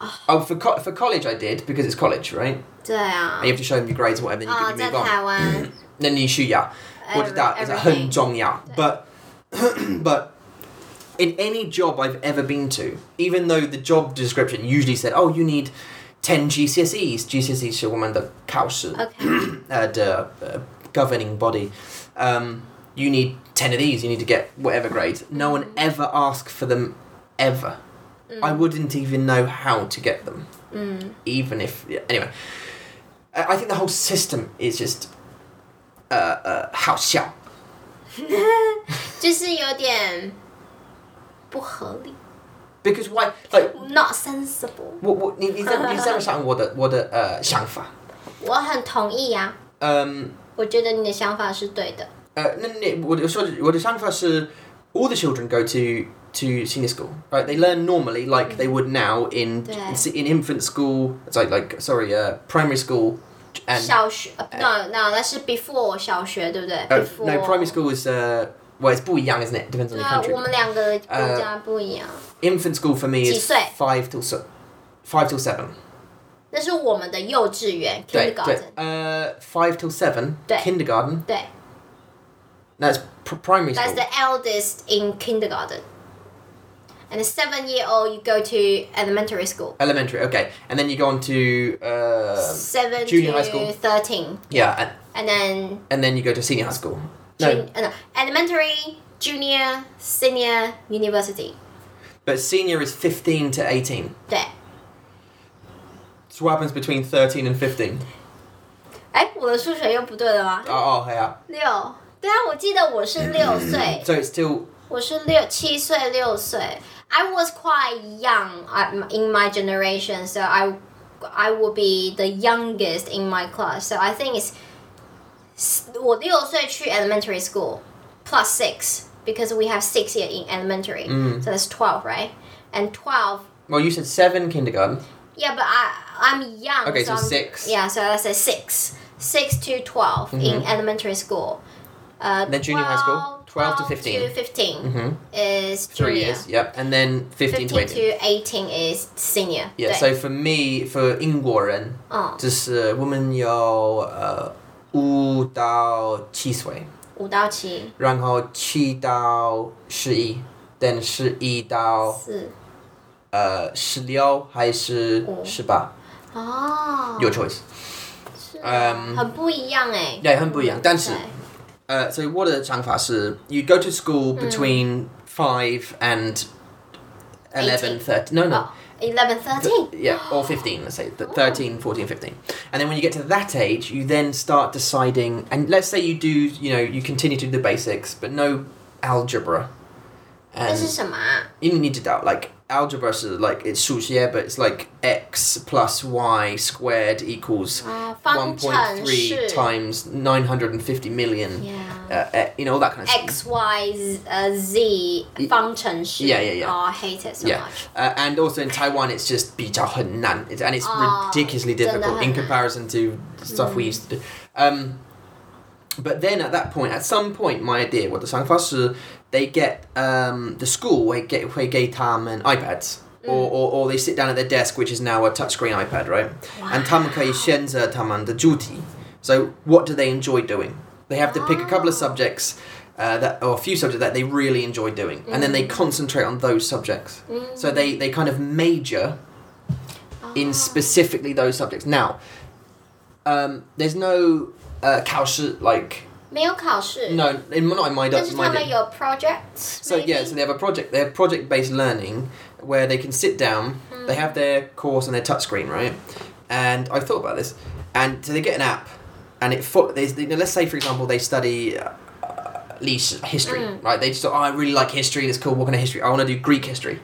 Ah.
Oh, for co- for college I did because it's college, right?
对啊
And。you have to show them your grades, or whatever, and you,
Oh,
you
Ah. that's
move on.
how I
那你需要，
Every-
我知道，是很重要。But but in any job I've ever been to, even though the job description usually said, "Oh, you need ten GCSEs." GCSEs 是我们的考试
Okay.
uh, the uh, governing body. Um, you need ten of these. You need to get whatever grades. No one
Mm.
ever asked for them, ever.
嗯
I wouldn't even know how to get them. Even if yeah, anyway, I, I think the whole system is just uh, uh, 好笑.
就是有点不合理
Because why? Like,
，not sensible。
what? what 你你在你在想我的我的呃想法。
我很同意呀、
uh, Um,
我觉得你的想法是对的。
Uh, no, no, no. What, sorry, what I'm first is all the children go to to senior school, right? They learn normally like they would now in
Yeah.
in, infant school. Sorry, like sorry, uh, primary school and 哎
小学、呃 no no，那是 before 小学，对不对、
uh,
before Uh,
no primary school is uh, well, it's 不一样, isn't it? Depends on
对
the
啊，
country. 呃
我们两个国家不一样，
Infant school for me is
几岁？
five till se- five till seven.
那是我们的幼稚园 kindergarten，
对对，呃、uh, five till seven.
对。
Kindergarten.
对
That's pr- primary school.
，that's the eldest in kindergarten。And seven year old, you go to elementary school.
Elementary. Okay, and then you go on to uh,
Seven
Junior high
to
school.
thirteen,
yeah, and,
and then
and then you go to senior high school. No,
jun- uh, no, elementary, junior, senior, university.
but senior is fifteen to eighteen.
对，
So what happens between thirteen and fifteen?
哎，我的数学又不对了吗？
Oh, oh yeah.
六，对啊，我记得我是六岁，
So it's still
我是六七岁六岁。I was quite young I- in my generation, so I I would be the youngest in my class. So I think it's s- 我六岁去 elementary school plus six because we have six year in elementary,
Mm.
so that's twelve, right? And twelve.
well. You said seven kindergarten.
Yeah, but I I'm young.
Okay, so
I'm-
six.
Yeah, so that's a six, six to 12 in elementary school. Uh,
Mm-hmm. Then junior high school, 12 to 15.
15
Mhm.
is
Three
junior.
years. Yep, and then fifteen,
15
to eighteen.
to 18 is senior. oh,
Yeah.
对
So for me, for 英国人，
嗯，
就是我们有呃五到七岁，然后七到十一，then
五到
Oh.
七，四，五。
十一到呃十六还是十八、
哦，
，your choice。Um,
是啊
嗯
很不一样哎，
对很不一样但是
对
Uh, so what are the Changfas? You go to school between five and 11,
18.
13. No, no.
哦，eleven
Th-
thirteen，
yeah, or 15, let's say. Th- 13, 14, 15. And then when you get to that age, you then start deciding. And let's say you do, you know, you continue to do the basics, but no algebra.
这是
And
什么啊？
you don't need to doubt. Like, algebra is like, it's 数学, but it's like x plus y squared equals
啊，方程式
1.3 times 950 million.
Yeah.
Uh, uh, you know, all that kind of stuff.
X Y Z- 呃 Z 方程式。
Yeah, yeah, yeah.
Oh, I hate it so
Yeah,
much.
uh, and also in Taiwan, it's just 比较很难, It's- and it's
Oh,
ridiculously
真的很难。Hmm.
difficult in comparison to stuff we used to do. Um, but then at that point, at some point, my idea what the Sangfas they get um, the school they get they get tam and iPads. Or,
Hmm.
or, or they sit down at their desk, which is now a touchscreen iPad, right? And taman So what do they enjoy doing? They have to pick a couple of
Ah.
subjects, uh, that or a few subjects that they really enjoy doing, and then they
Hmm.
concentrate on those subjects. So they, they kind of major
Oh。
in specifically those subjects. Now, um, there's no uh, 考试 like
没有考试，
no in not in my
但是
my
他们
day.
有 projects。
So yeah, so they have a project. They have project based learning where they can sit down. They have their course on their touchscreen, right? And I thought about this, and so they get an app, and it fo- they, they, let's say for example they study. Uh, least history,
Mm.
right? They just thought, oh, I really like history. It's cool. What kind of history? I want to do Greek history.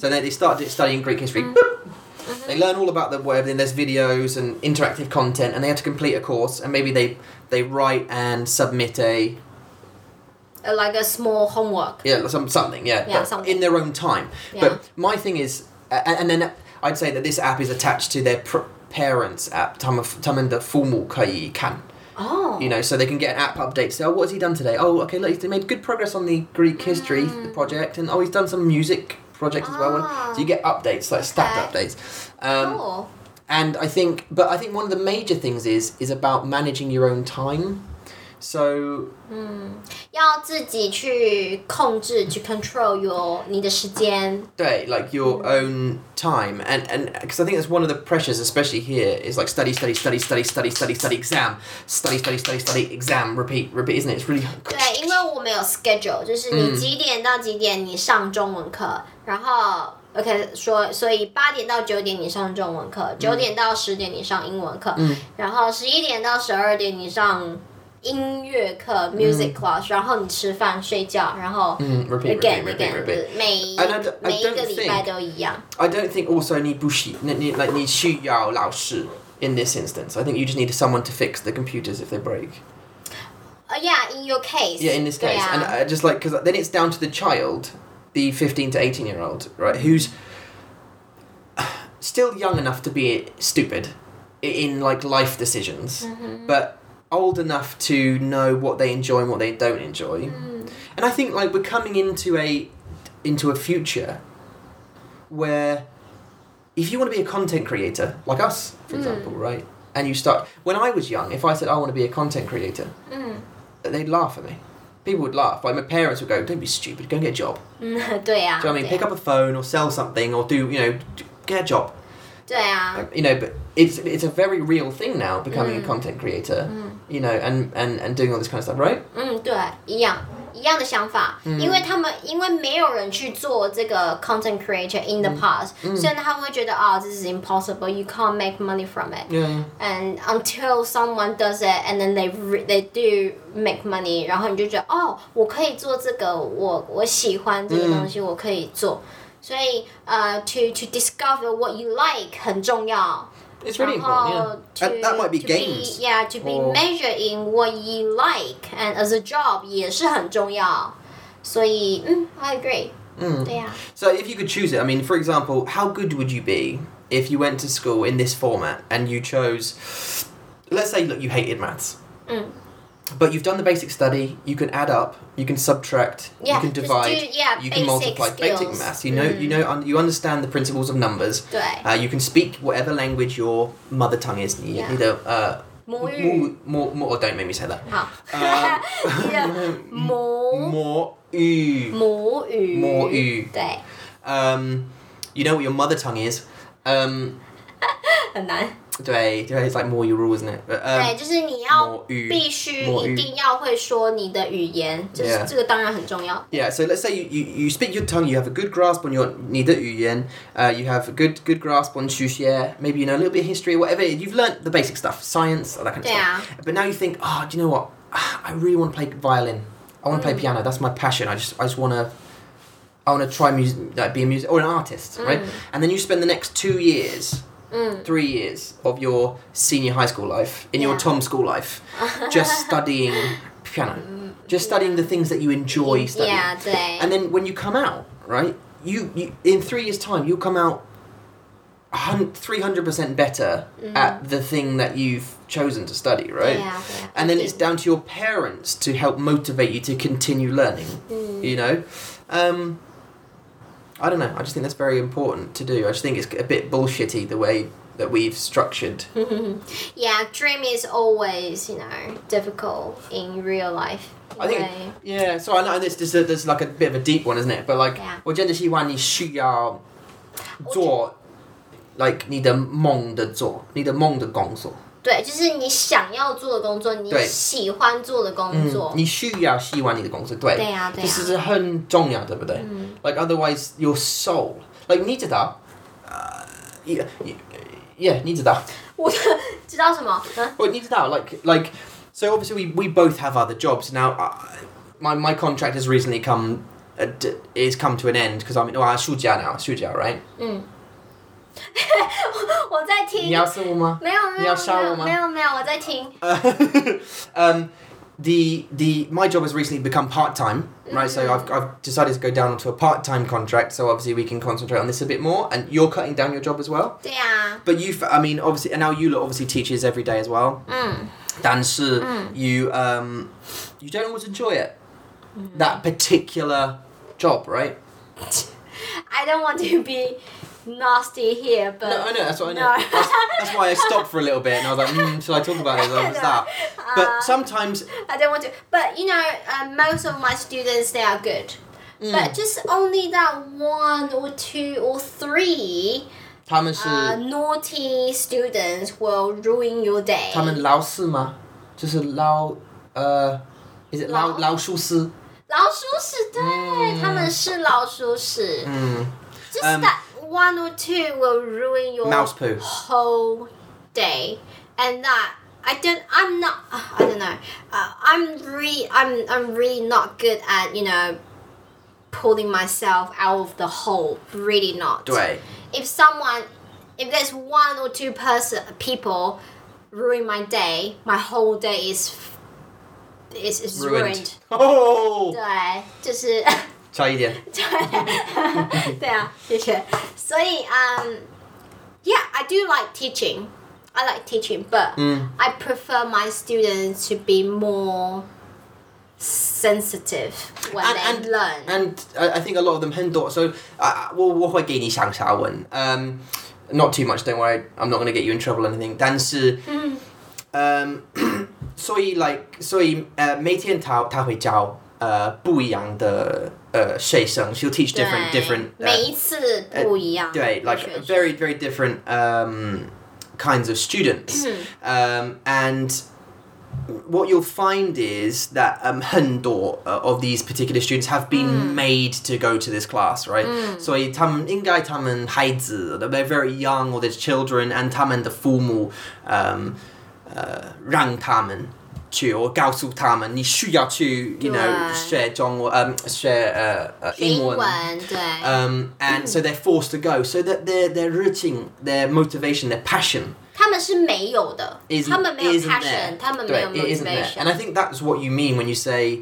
So then they start studying Greek history.
Mm. Mm-hmm.
They learn all about the web, then there's videos and interactive content, and they have to complete a course, and maybe they they write and submit a
Uh, like a small homework.
yeah some something yeah,
Yeah,
but
something.
in their own time.
Yeah.
But my thing is, a- and, and then I'd say that this app is attached to their pr- parents' app, Tamanda Formal Kai Kan.
Oh.
You know, so they can get an app update. Say, oh, what's he done today? Oh, okay, look, he's made good progress on the Greek history project, and oh, he's done some music project as well.
Mm. Ah.
So you get updates, like stacked
Okay.
updates. Um,
cool.
and I think, but I think one of the major things is is about managing your own time. So
要自己去控制，去 control your 你的时间。
day, like your own time, and and because I think that's one of the pressures, especially here, is like study, study, study, study, study, study, study, exam, study, study, study, study, exam, repeat, repeat. Isn't it? It's really
对，因为我们有 schedule，就是
嗯
你几点到几点你上中文课，然后 OK 说，所以八点到九点你上中文
嗯
课，九点到十点你上英文课，然后十一点到十二点你上音乐
嗯
课 music class，、然后你吃饭睡觉，然 后
Mm, repeat, repeat,
again
repeat,
again，
repeat.
每一
And I don't- I
每一
don't
个礼拜
think-
都一样。
I don't think also need bushi, ne- ne- like need shu yao lao shi in this instance. I think you just need someone to fix the computers if they break.
Uh, yeah, in your case.
Yeah, in this
对
case,
啊
and I just like because then it's down to the child, the fifteen to eighteen year old, right, who's still young enough to be stupid i- in like life
Mm-hmm Mm-hmm. Mm
decisions, but old enough to know what they enjoy and what they don't enjoy. And and I think like we're coming into a into a future where if you want to be a content creator like us, for example, right, and you start when I was young, if I said I want to be a content creator,
嗯
they'd laugh at me. People would laugh. Like my parents would go, "Don't be stupid. Go and get a job."
嗯， 对呀、
Do you know what I
对
mean?
呀
Pick up a phone or sell something or do you know d- get a job.
对啊，
You know, but it's it's a very real thing now becoming
Mm.
a content creator. You know, and, and and doing all this kind of stuff, right?
嗯，对，一样一样的想法，因为他们因为没有人去做这个 content creator in the past，、所以
嗯
呢他们会觉得啊、t h i s is impossible，you can't make money from it。
Yeah.
And until someone does it, and then they re- they do make money，然后你就觉得哦，我可以做这个，我我喜欢这个东
嗯
西，我可以做。所以呃、t o to discover what you like 很重要。
It's really
然
important.
后
Yeah.
to-
And that might be
to
games.
Be, yeah, to be
or-
measured in what you like and as a job 也是很重要。所以，嗯，I agree。嗯，对呀、
Mm. So if you could choose it, I mean, for example, how good would you be if you went to school in this format and you chose, let's say, look, you hated maths.
Mm.
But you've done the basic study. You can add up. You can subtract.
Yeah,
you can
just do-
divide.
yeah,
you can
basic
multiply. Basic
skills.
maths. You know. You know. un- You understand the principles of numbers.
对
Uh, you can speak whatever language your mother tongue is. You
Yeah.
Either uh,
母语
more, um, more, more. Don't make me say that.
好，
呃
你的 母
More. Ooh.
母语
母语
对，
Um, you know what your mother tongue is. Um,
很难。
对对，it's like more your rule, isn't it? But,
对，
um,
就是你要
母语
必须
母语
一定要会说你的语言，就是
Yeah
这个当然很重要。
yeah, so let's say you, you, you speak your tongue, you have a good grasp on your 你的语言, uh, you have a good good grasp on 书写, maybe you know a little bit of history, whatever. You've learnt the basic stuff, science, all that kind of stuff. But now you think, oh, do you know what? Ah, I really want to play violin. I want to
Mm.
play piano. That's my passion. I just I just want to I want to try music, like be a music or an artist,
Mm.
right? And then you spend the next two years, three years of your senior high school life in your
Yeah.
Tom school life, just studying piano, just studying the things that you enjoy studying.
Yeah，对。
And then when you come out, right? You, you in three years' time, you'll come out three hundred percent better
Mm-hmm.
at the thing that you've chosen to study, right?
Yeah, yeah.
And then it's down to your parents to help motivate you to continue learning. You know, um, I don't know. I just think that's very important to do. I just think it's a bit bullshitty the way that we've structured.
Hmm. Yeah, dream is always, you know, difficult in real life.
I think
Right.
yeah. So I know this this is there's like a bit of a deep one, isn't it? But like,
Yeah.
我真的希望你需要做 like 你的梦的做，你的梦的工作。
对，就是你想要做的工作，你
对
喜欢做的工
Mm.
作。
你需要希望你的公司对，
对啊，对啊。
这是很重要，对不对？Like otherwise your soul, like 你知道，呃、uh,，yeah yeah 你知道，我你知道
我知道什么？嗯
like like so obviously we we both have other jobs now. Uh, my my contract has recently come uh, d- is come to an end because I'm in well, 暑假 now 暑假 right
嗯，我在听。
你要是我吗？
没有
你
没
要
有
杀
没
我
有
吗
没有没有，我在听。
um, the the my job has recently become part time, right?
Mm.
So I've, I've decided to go down to a part time contract. So obviously we can concentrate on this a bit more. And you're cutting down your job as well.
对啊，
But you, I mean, obviously, and now you lot obviously teaches every day as well.
嗯
Dan是
Mm.
you um, you don't always enjoy it.
Mm-hmm.
That particular job, right?
，I don't want to be nasty here, but
No, I know. That's what I know.
Uh, No.
That's, that's why I stopped for a little bit, and I was like, mm, "Should I talk about this? Or
No.
that?" But
Uh,
sometimes
I don't want to. But you know, uh, most of my students they are good.
Mm.
But just only that one or two or three
他们是
uh, naughty students will ruin your day.
uh, 他们劳斯吗？就是劳呃，is it
劳-
劳劳术师？
老鼠屎，对，他们是老鼠屎。Just
Mm. Um,
that one or two will ruin your
Mouse poo.
whole day, and that I don't. I'm not. uh, I don't know. Uh, I'm really. I'm. I'm really not good at you know pulling myself out of the hole. Really not. If someone, if there's one or two person people ruin my day, my whole day is f- is is ruined.
对，ruined。哦，差一点。
对，就是 对，对啊，谢谢。所以，um, yeah, I do like teaching. I
Mm.
like teaching, but I prefer my students to be more sensitive when
And-
they
and-
learn.
And I, I think a lot of them uh, 很多，so、uh, Um, not too much. Don't worry, I'm not gonna get you in trouble or anything. 但是，嗯 所以 like uh, 所以呃每天他他会教呃不一样的呃学生 uh, she'll teach
对
different different uh, 呃
每一次不一样的
对
学生。
like very very different um kinds of students um and what you'll find is that um, 很多 uh, of these particular students have been made to go to this class, right? So they're very young or they're children, and 他们的父母 um, uh, 让他们去 or 告诉他们你需要去 you know
对。
学中文 um, 学 uh, uh,
学英
英文
文对。
um, and so they're forced to go. So that their their rooting, their motivation, their passion
他们是没有的
is
他们没有
isn't there.
passion，他们没有
对, it isn't there. And
motivation。
I think that's what you mean when you say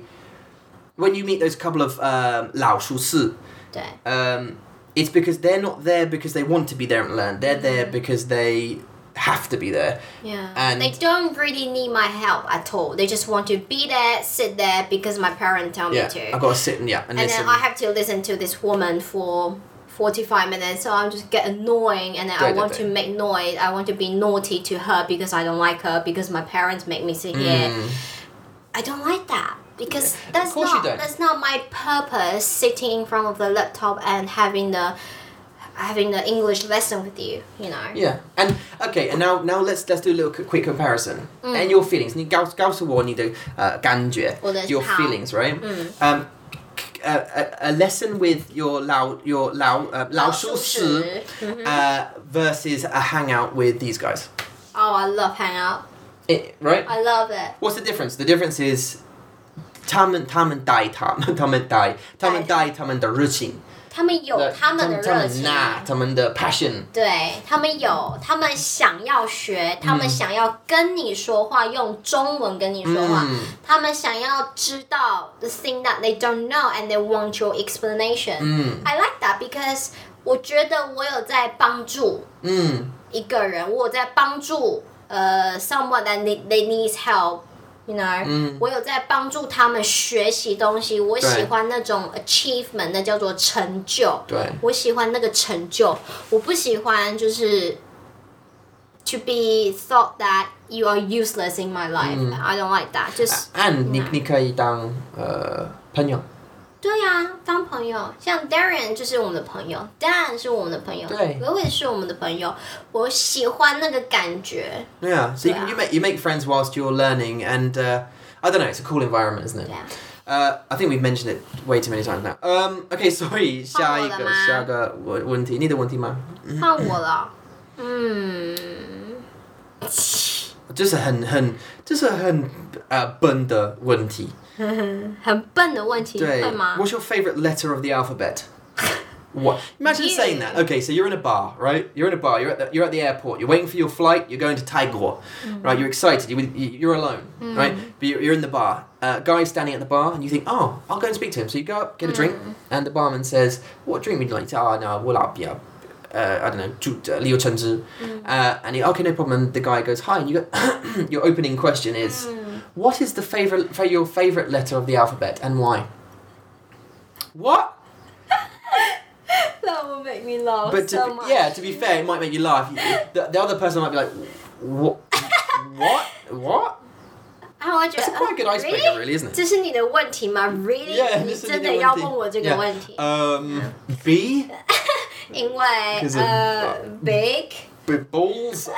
when you meet those couple of um, 老鼠士,
对
um it's because they're not there because they want to be there and learn.
Mm.
They're there because they have to be there.
，Yeah。
And-
They don't really need my help at all. They just want to be there, sit there because my parents tell Oh, me
Yeah,
to.
I've got to sit and yeah and,
and
listen.
then I have to listen to this woman for 45 minutes so I'm just get annoying and then I
Right,
want
right,
to make noise I want to be naughty to her because I don't like her because my parents make me sit here
Mm.
I don't like that because that's
Hmm. course you
not
don't.
that's not my purpose sitting in front of the laptop and having the having the English lesson with you you know
Yeah, and okay, and now now let's let's do a little c- quick comparison
Mm.
and your feelings. 你告告诉我你的呃感觉
我的
uh, your
好。
feelings, right?
Hmm.
Um, c- a, a, a lesson with your lao your lao uh, 老鼠屎 uh, versus a hangout with these guys,
oh I love hangout
It- right?
I love it
What's the difference? The difference is 他们他们带他们他们带他们带他们的热情，
他们有他们的热情
他们的 passion。
对他们有，他们想要学，他
嗯
们想要跟你说话，用中文跟你说话，
嗯
他们想要知道 the thing that they don't know and they want your explanation。
嗯
I like that because 我觉得我有在帮助
嗯
一个人，我有在帮助呃 someone that they they needs help。You know，、
嗯
我有在帮助他们学习东西，我
对
喜欢那种 achievement，那叫做成就。
对
我喜欢那个成就，我不喜欢就是 to be thought that you are useless in my life、I don't like that. 就是、
and 嗯啊你
Yeah.
你可以当呃朋友，
对呀、当朋友，像 Darren 就是我们的朋友，Dan 是我们的朋友，
对
l o u i 是我们的朋友。我喜欢那个感觉，
Yeah, so you,
Yeah.
you make you make friends whilst you're learning, and uh, I don't know, it's a cool environment, isn't it?
对啊，
Uh, I think we've mentioned it way too many times now. Um, okay, sorry,
换我
下
了吗？
一个下一个问问题，你的问题吗？就是很很
换我了，嗯，
uh,
很笨的问题，会吗
What's your favorite letter of the alphabet? What? Imagine
You.
saying that. Okay, so you're in a bar, right? You're in a bar. You're at the, you're at the airport. You're waiting for your flight. You're going to Taigor, right? You're excited. You're, with- you- you're alone, right? But you're, you're in the bar. Uh, guy's standing at the bar, and you think, oh, I'll go and speak to him. So you go up, get a drink, and the barman says, "What drink would you like?" Ah, no, well, I'll be up. Uh, I don't know, Ju- uh, Liu Chenzi. Uh, and he, okay, no problem. And the guy goes, hi. And you go, your opening question is, what is the favorite, fa- your favorite letter of the alphabet and why? What?
That will make me laugh
But to,
Oh, so
be-
much.
yeah, to be fair, it might make you laugh. The, the other person might be like, what? what? What?
啊，我觉得
That's quite a good
啊
icebreaker, really, isn't it?
这是你的问题吗 ？Really？、
Yeah,
你
this is
真
the
的要
one
问
thing.
我这个
Yeah.
问题
Um, B?
因为
Because of-
呃、b i g
With balls? I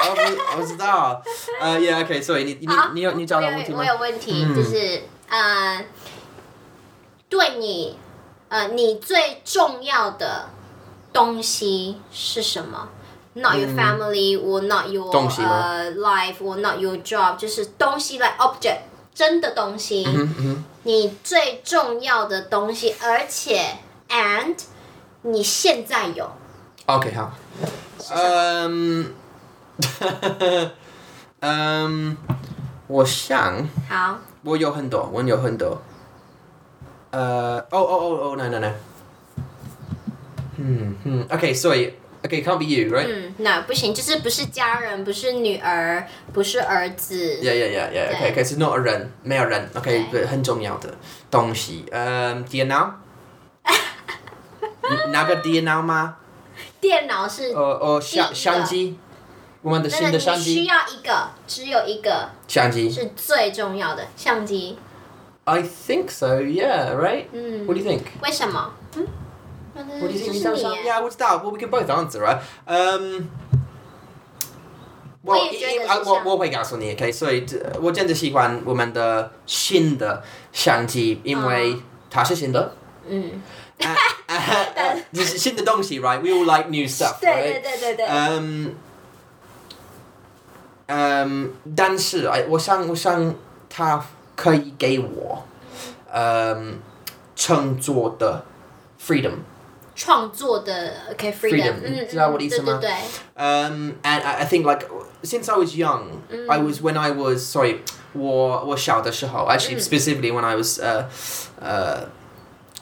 was, that. Uh, yeah, okay, sorry. 你-你-
好，
你有-
我
你找到
有我
问题吗？
有问题，
嗯
就是呃，对你呃，你最重要的东西是什么？Not your
嗯
family, or not your
东西吗
呃、life, or not your job，就是东西 like object，真的东西。
嗯哼，嗯哼。
你最重要的东西，而且 and 你现在有
Okay, how? Um, um, 我想我有很多，我有很多。呃，oh, 呃
好
哦 oh, oh, oh, no, no, no. Hmm, hmm. 嗯 Okay, sorry. Okay, it can't be you, right?
嗯，no 不行，就是不是家人，不是女儿，不是儿子。
Yeah, yeah, yeah, yeah. Okay, okay.
对。
So not a 人,没有人. Okay,
对。
很重要的东西. Um, do you know? 那个 do you know 吗？
电脑是，
呃呃，相
第一个
相机，我们的
那
新
个
的
你
相
需
机，
要一个，只有一个
相机。
是最重要的相机。
I think so. Yeah. Right.
嗯
What do you think?
为什么？嗯，那
What do
这
you think?
是你耶
Yeah, what's that? Well, we can both answer, right? Um.
我
Well,
也觉得是
I- I- 我
像
我会告诉你，OK？所以这我真的喜欢我们的新的相机，因为它是新的，
嗯，
啊啊啊就是新的东西，right？We all like new stuff，
对对
right？Um,
对对对，
嗯，嗯，但是哎，我想，我想他可以给我，嗯，乘坐的 freedom，
创作的 OK freedom，
freedom，
嗯，
知道我的意思吗
嗯对对对，
um, and I, I think like since I was young, I
Mm.
was when I was sorry, 我我小的时候 actually
Mm.
specifically when I was uh, uh,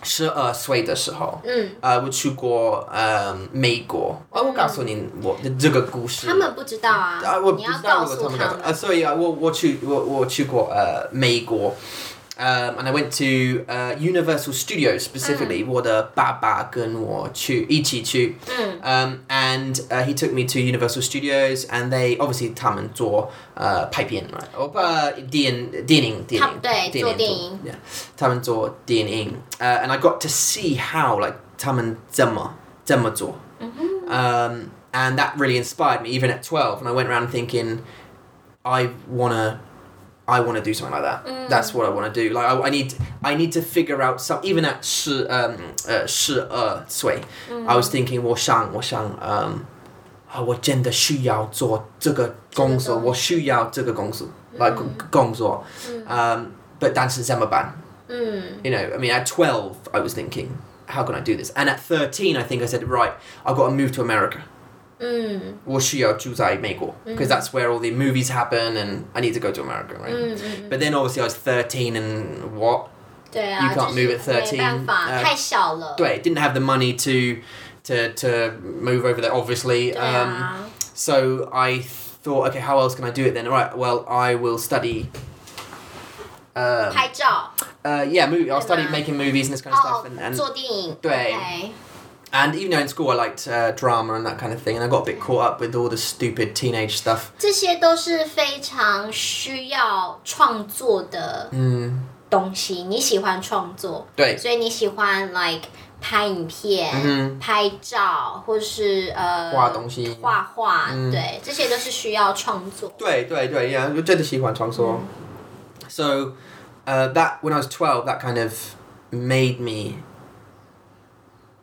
十二岁的时候，
嗯。
uh, 呃，我去过呃美国，啊，我告诉你我的这个故事。
他们不知道啊，
啊，我不
你
知
要
道
告
我他
诉
们
们。
啊，所以啊，我我去我我去过呃美国。Um, and I went to uh, Universal Studios specifically. 我的爸爸跟我去一起去。Um, and uh, he took me to Universal Studios, and they obviously 他们做呃拍片 right? Oh, uh, 哦不电电影电影。
他对做电影
Yeah. 他们做电影，呃、uh,，and I got to see how like 他们怎么怎么做。Um, and that really inspired me even at 12 and I went around thinking I want to I want to do something like that.
Mm.
That's what I want to do. Like I, I need I need to figure out some even at 十, um uh, 12岁,
Mm.
I was thinking 我想我想 um 啊，我真的需要做这个工作，
这个工作。
我需要这个工作，like 工作，um, but 但是怎么办？
嗯
you know, I mean, at 12, I was thinking, how can I do this? And at 13, I think I said, right, I've got to move to America.
嗯
Because that's where all the movies happen, and I need to go to America, right?
嗯嗯，
But then obviously I was 13 and what?
对啊，
You can't
就
move at
是没办
13,
法，
uh,
太小了。
Wait, didn't have the money to to, to move over there, obviously.
对
Um,
啊，
so I thought, okay, how else can I do it then? All right, well, I will study. Uh,
拍照
uh, yeah, movie. I'll
Good
study
man.
making movies and this kind of stuff.
哦
And, and，
做电影
对
OK
And even though in school I liked uh, drama and that kind of thing, and I got a bit caught up with all the stupid teenage stuff.
这些都是非常需要创作的
Hmm.
东西。你喜欢创作，
对
所以你喜欢 like 拍影片、
嗯
拍照，或是呃
画东西
画画，
嗯
对，这些都是需要创作。
对对对，yeah，我真的喜欢创作。So, uh, that when I was twelve, that kind of made me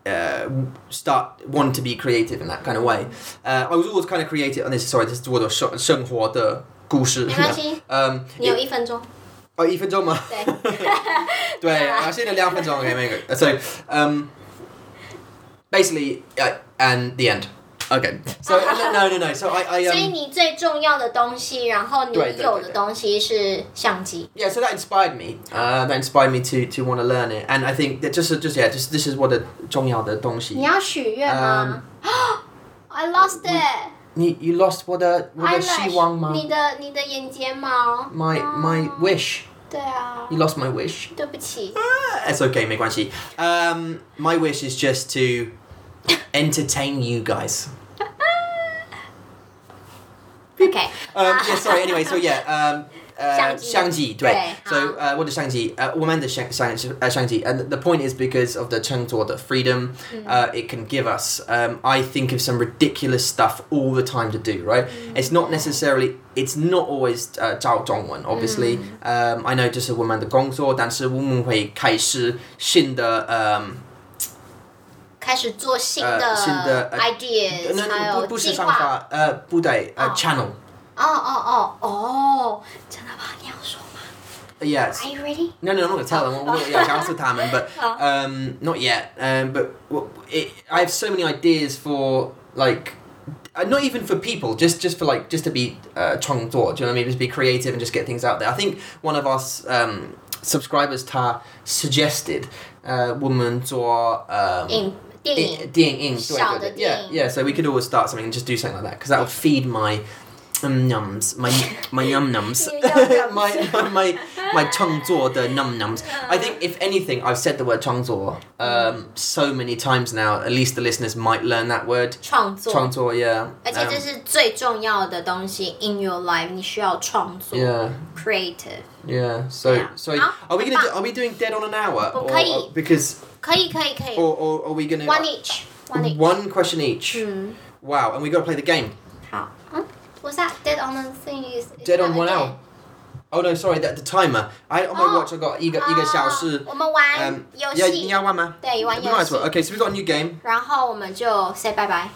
uh, start want to be creative in that kind of way. Uh, I was always kind of creative, and this sorry, this is 我的生生活的故事。
没关系。
um,
你有一分钟，
哦，一分钟吗？
对。
对，现在两分钟，OK，每个。So, um, basically, uh, and the end. Okay. So no, no, no, no. So I, I
所以
um,
你最重要的东西，然后你
对对对
有
对
的东西是相机。
yeah. So that inspired me. Uh, that inspired me to to want to learn it, and I think that just just yeah, just this is what a
你
重要的东西.
要许愿吗、i lost it.
You you lost what a what a
Eyelash，你的你的眼睫毛。
My my wish.
对啊
You，lost my wish.
对不起。
Ah, It's okay, 没关系. Um, my wish is just to entertain you guys.
OK，
um, yeah, sorry. Anyway, so yeah, um, uh,
相机。
Shang-Chi, right.
对，
So,
好。
uh, what is Shang-Chi? Uh, woman the Shang- Shang- uh, Shang-Chi. And the point is because of the Chengzuo, the freedom
Mm-hmm.
uh, it can give us. Um, I think of some ridiculous stuff all the time to do, right?
Mm.
It's not necessarily, it's not always uh, 照中文,
Mm.
obviously. Um, I know just a woman the Gongzuo, 但是我们会开始新的, um,
开始做新
呃
的
新的呃
ideas，、还有计划。
不不是方法，呃，不对，呃、
哦。
channel.
哦哦哦哦，真的吗？你要说吗
Yes.
？Are you ready？
No, no, I'm not going to tell them. I'm not going to answer them, but um, not yet. Um, but w- it, I have so many ideas for like, uh, not even for people, just just for like just to be uh, 创作, do you know what I mean? Just be creative and just get things out there. I think one of our s- um, subscribers, Ta, suggested uh, woman 做 um,
影电影，
电影，
小
对
的
对对 yeah
电影。
yeah so we could always start something and just do something like that because that would feed my um nums my my yum nums
Your yum-nums.
my my my my chongzuo the num nums I think if anything I've said the word chongzuo um so many times now at least the listeners might learn that word
创作，
chongzuo yeah
而且这
um,
是最重要的东西。In your life，你需要创作
yeah
，creative。
yeah so
Yeah.
so
Huh?
are we gonna do,
But-
are we doing dead on an hour
But
or,
can
or
you-
because
可以，可以，可以。
or, or are we gonna
One each，one each。
Oh，
Hmm.
one question each
嗯，
wow and we gotta play the game
好。嗯，Was that dead on the thing? Is
Dead on
is that
one
a
hour. Oh no, sorry, that the timer. I on my
Oh.
watch I got 一个、
dead-
一个小
啊
时。
我们玩
嗯，
游
要
戏
你，要玩吗？
对，玩
We might
游
as
戏
well.，Okay, so we've got a new game.
然后我们就 say 拜拜。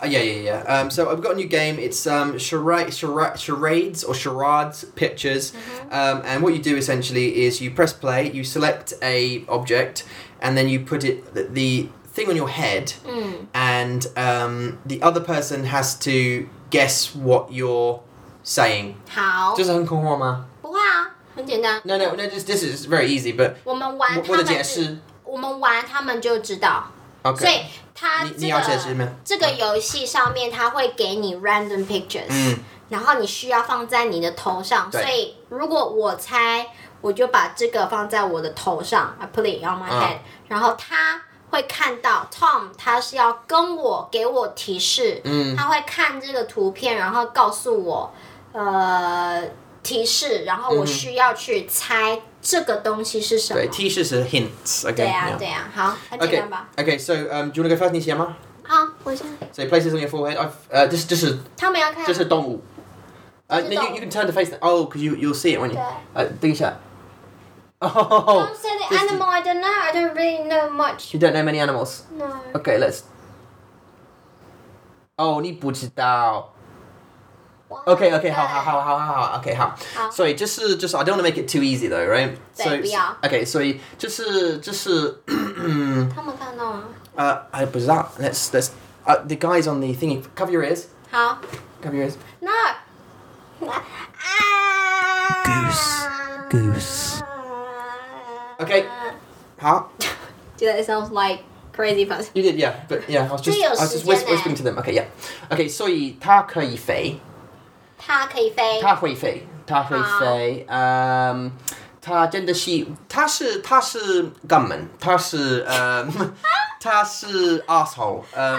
Uh, yeah, yeah, yeah. Um, so I've got a new game. It's um, charade, charade, charades or charades pictures. Um, and what you do essentially is you press play, you select a object, and then you put it the, the thing on your head,
嗯
and um, the other person has to guess what you're saying.
好，
这是很恐慌吗？
不会啊，很简单。
No, no, no. Just this is very easy, but
我们玩
我
他
我的
们
解
就，
释
我们玩他们就知道。
，OK，
所以他
你
这
你要解释
个
吗？
这个游戏上面，他会给你 random pictures，、
嗯
然后你需要放在你的头上。所
对
以如果我猜，我就把这个放在我的头上，I put it on my
嗯
head，、然后他会看到 Tom，他是要跟我给我提示，
嗯
他会看这个图片，然后告诉我，呃，提示，然后我
嗯
需要去猜这个东西是什么。
对，T 是是 hints，
对
OK，
呀、
yeah
对呀、好，很简
啊 OK
单吧。
OK so um do you want to go first 你先吗
好，我先。
？So you place this on your forehead. I've uh this this is
他们要看。
this is 动物。Uh, no,
这是动
you,
物
you can turn the face. Oh, because you you'll see it when you.
对
Uh, 等一下。Oh,
Don't say the
this-
animal. I don't know. I don't really know much.
you don't know many animals.
No.
Okay, let's. Oh, 你不知道。Okay, okay, 好好好好好好，OK 好。
好
Sorry，就是就是，I don't want to make it too easy though, right?
对
So-
不要
Okay，所以就是就是
他们看到吗？
呃，I 不知道，let's let's uh, the guys on the thingy cover your ears,
好
cover your ears.
，No. 啊
Goose, goose. Okay. 好
Do that sounds like crazy person.
，you did yeah, but yeah, I was just
这有
I was just
时间
whis-
欸
whispering to them. Okay, yeah, okay. 所以它可以飞，
它可以飞。
它会飞，它会飞，嗯。它真的是，它是它是肛门，它是呃， 它是 asshole，嗯、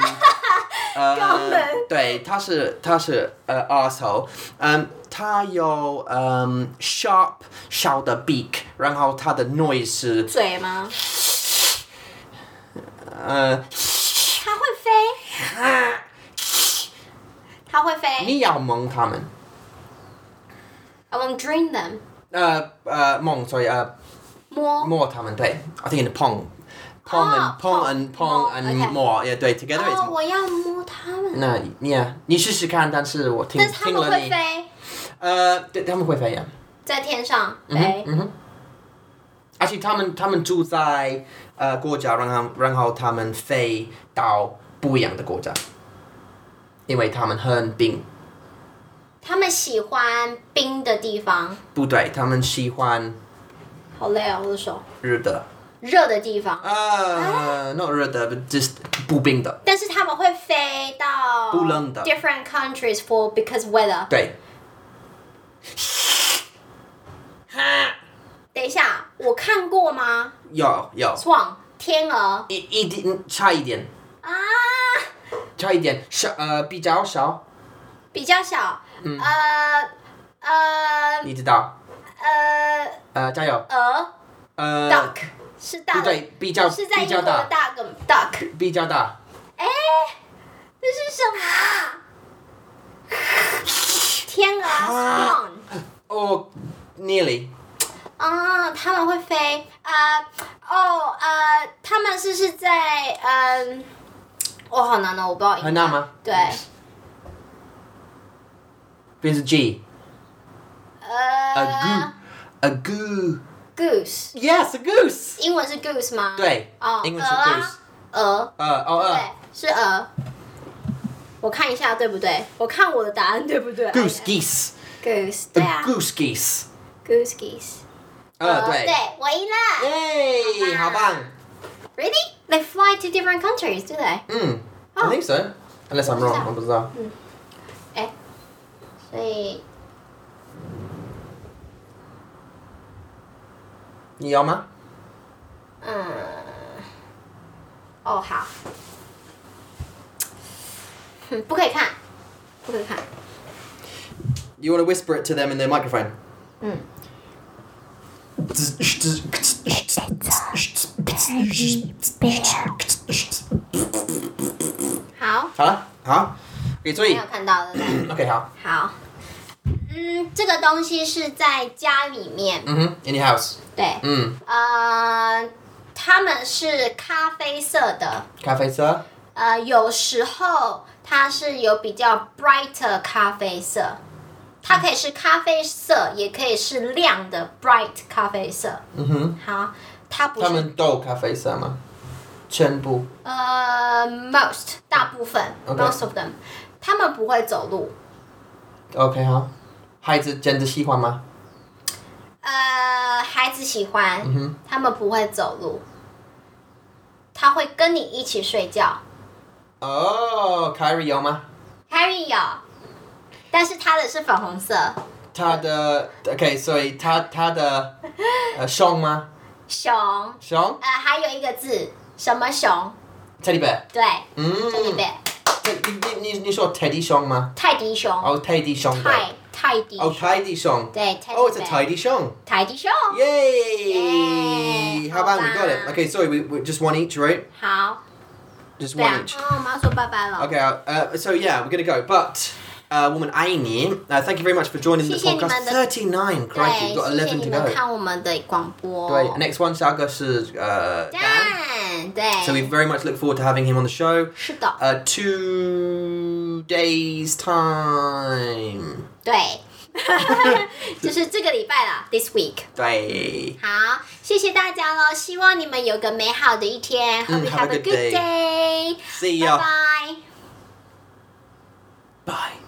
呃，
肛门
对，它是它是呃 asshole，嗯，它有嗯 sharp 小的 beak，然后它的 noise 是
嘴吗？
呃，
它会飞。它会飞。
你要蒙它们，
I won't dream them.
呃呃蒙，所以呃
摸。
摸它们，对，I think in the pong。Pong
啊
and pong and pong and
okay
more, yeah, 对，together is
Oh, 哦，我要摸它们。
那你啊，你试试看，但是我听
但是它
听
们
了
会
你，
飞，
呃，对，他们会飞呀、
在天上
嗯哼
飞。
嗯哼，而且他们他们住在呃国家，然后然后他们飞到不一样的国家，因为他们很冰，
他们喜欢冰的地方，
不对，他们喜欢
好累啊，我的手。
热的，
热的地方，啊
呃、n o t 热的，but，just 不冰的，
但是他们会飞到
不冷的
different countries for because weather。
对，
等一下，我看过吗？
有有，
Swan 天鹅
一一点差一点，
啊，
差一点，少呃比较少，
比较小，
嗯
呃呃
你知道，
呃，
呃加油，
鹅
呃。
duck 是大
不
的，
对，比较
是在
比
英国
较
的
大，
大个 duck，
比较大，
哎，这是什么啊？天鹅
啊
swan。
哦、nearly，
啊，他们会飞，呃，哦，呃，他们是是在，嗯、我、好难哦，我不知道英文。
很难吗
对，
变成 G，a
呃
goo，a goo，yes
，goose，
a goose，
英文是 goose 吗？，
对，
哦，
英文是
鹅啊
goose，Uh,
鹅，
呃哦
对
呃，
是鹅。我看一下对不对？我看我的答案对不对
，goose geese，a
goose，对啊哦
goose geese，Uh,
Uh, ，goose geese，
呃
鹅
对
对，我赢了。
耶，好棒，
Really? They fly to different countries, do they?
Mm, I
Oh.
think so. Unless I'm wrong, 我不知道。
哎所以
你要吗？
嗯，哦好，哼，不可以看，不可以看，
You want to whisper it to them in their microphone.
嗯。好，没有
好了，好，给注意。OK，好。
看到了。对 不对好，嗯，这个东西是在家里面，
嗯哼，In Mm-hmm. 嗯 your house。Mm.
对，呃，他们是咖啡色的，
嗯，咖啡色。
呃，有时候它是有比较 bright 咖啡色，它可以是咖啡色，也可以是亮的 bright 咖啡色。
Mm-hmm.
好，它不是
嗯哼，他们都有咖啡色吗？全部。嗯，
呃 most 大部分
OK
most of them，他们不会走路。
OK，好。孩子真的喜欢吗？
呃，孩子喜欢，
嗯哼
他们不会走路，他会跟你一起睡觉。
哦、凯瑞有吗？
Harry 有，但是他的是粉红色，
他的 OK，所以他他的呃熊吗？
熊，呃，
熊？
还有一个字，什么熊？
teddy bear。
对，
嗯，
这里边
你你你你说 teddy 熊吗？
泰迪熊，
哦，teddy 熊。
泰泰迪，
哦，tidy 熊。
对，泰
哦，it's a
迪熊
tidy 熊。
泰迪熊，
Yay!
Yay，
How about we got
好
it?
吧
Okay, sorry, we, we just one each, right?
好，
Just
对
one
啊
each.，
嗯，我们要说拜拜了。
Okay, uh, so yeah, we're gonna go. But uh, woman Amy, uh, thank you very much for joining this
谢谢你们
podcast.
的-
Thirty-nine,
对，
crikey, we've got
谢谢
eleven
你
to
们
go.
看我们的广播。
Great. Next one, Saga is uh, Dan.
赞，
So we
对，
very much look forward to having him on the show.
是的。
Uh, two days time.
对， 就是这个礼拜啦，this week。
Day.
好，谢谢大家喽，希望你们有个美好的一天。Hope you
嗯 have a
have a
good
good
day.
day.
See
Bye
ya.
bye.
Bye.